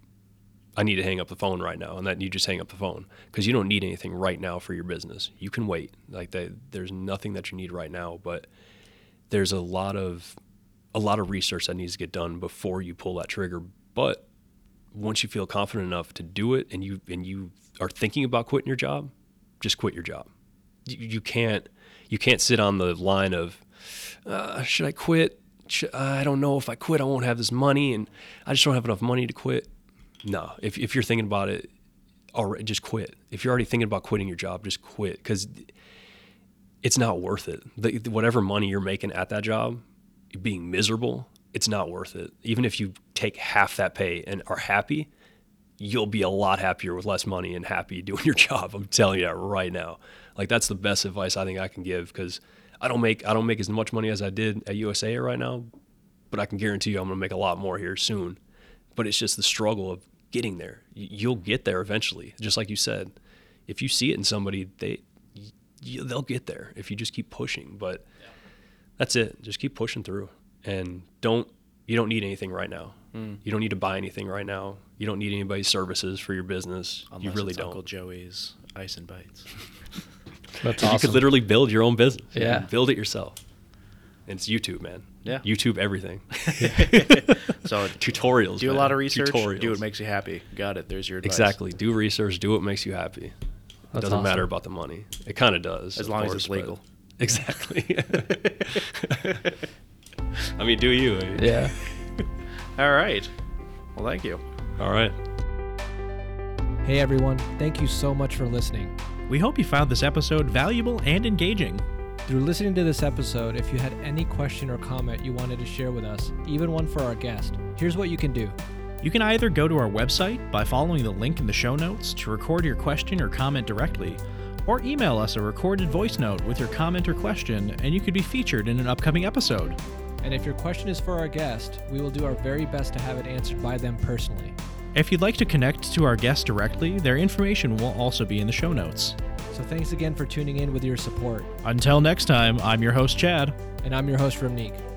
S4: I need to hang up the phone right now." And then you just hang up the phone cuz you don't need anything right now for your business. You can wait. Like they, there's nothing that you need right now, but there's a lot of a lot of research that needs to get done before you pull that trigger. But once you feel confident enough to do it and you and you are thinking about quitting your job, just quit your job. You, you can't you can't sit on the line of uh, should I quit? Sh I don't know if I quit, I won't have this money, and I just don't have enough money to quit. No, if if you're thinking about it, already just quit. If you're already thinking about quitting your job, just quit because it's not worth it. The, whatever money you're making at that job, being miserable, it's not worth it. Even if you take half that pay and are happy, you'll be a lot happier with less money and happy doing your job. I'm telling you that right now. Like that's the best advice I think I can give because I don't make I don't make as much money as I did at USA right now, but I can guarantee you I'm going to make a lot more here soon. But it's just the struggle of getting there. Y- You'll get there eventually, just like you said. If you see it in somebody, they y- y- they'll get there if you just keep pushing. But that's it. Just keep pushing through, and don't you don't need anything right now.
S5: Hmm.
S4: You don't need to buy anything right now. You don't need anybody's services for your business. you
S5: Unless
S4: really
S5: it's
S4: don't.
S5: Uncle Joey's Ice and Bites.
S3: That's
S4: You could literally build your own business. You
S3: Yeah.
S4: can build it yourself. And it's YouTube, man.
S5: Yeah.
S4: YouTube everything.
S5: So
S4: Tutorials.
S5: do a
S4: man.
S5: lot of research.
S4: Tutorials.
S5: Do what makes you happy. Got it. There's your advice.
S4: Exactly. Do research. Do what makes you happy. It
S3: That's
S4: doesn't matter
S3: awesome.
S4: about the money. It kind of does.
S5: As
S4: of
S5: long as it's
S4: course, but-
S5: legal.
S4: Exactly. I mean, do you? I mean-
S3: Yeah.
S5: All right. Well, thank you.
S4: All right.
S1: Hey everyone, thank you so much for listening.
S2: We hope you found this episode valuable and engaging.
S1: Through listening to this episode, if you had any question or comment you wanted to share with us, even one for our guest, here's what you can do.
S2: You can either go to our website by following the link in the show notes to record your question or comment directly, or email us a recorded voice note with your comment or question, and you could be featured in an upcoming episode.
S1: And if your question is for our guest, we will do our very best to have it answered by them personally.
S2: If you'd like to connect to our guest directly, their information will also be in the show notes.
S1: So thanks again for tuning in with your support.
S2: Until next time, I'm your host, Chad.
S1: And I'm your host, Ramneek.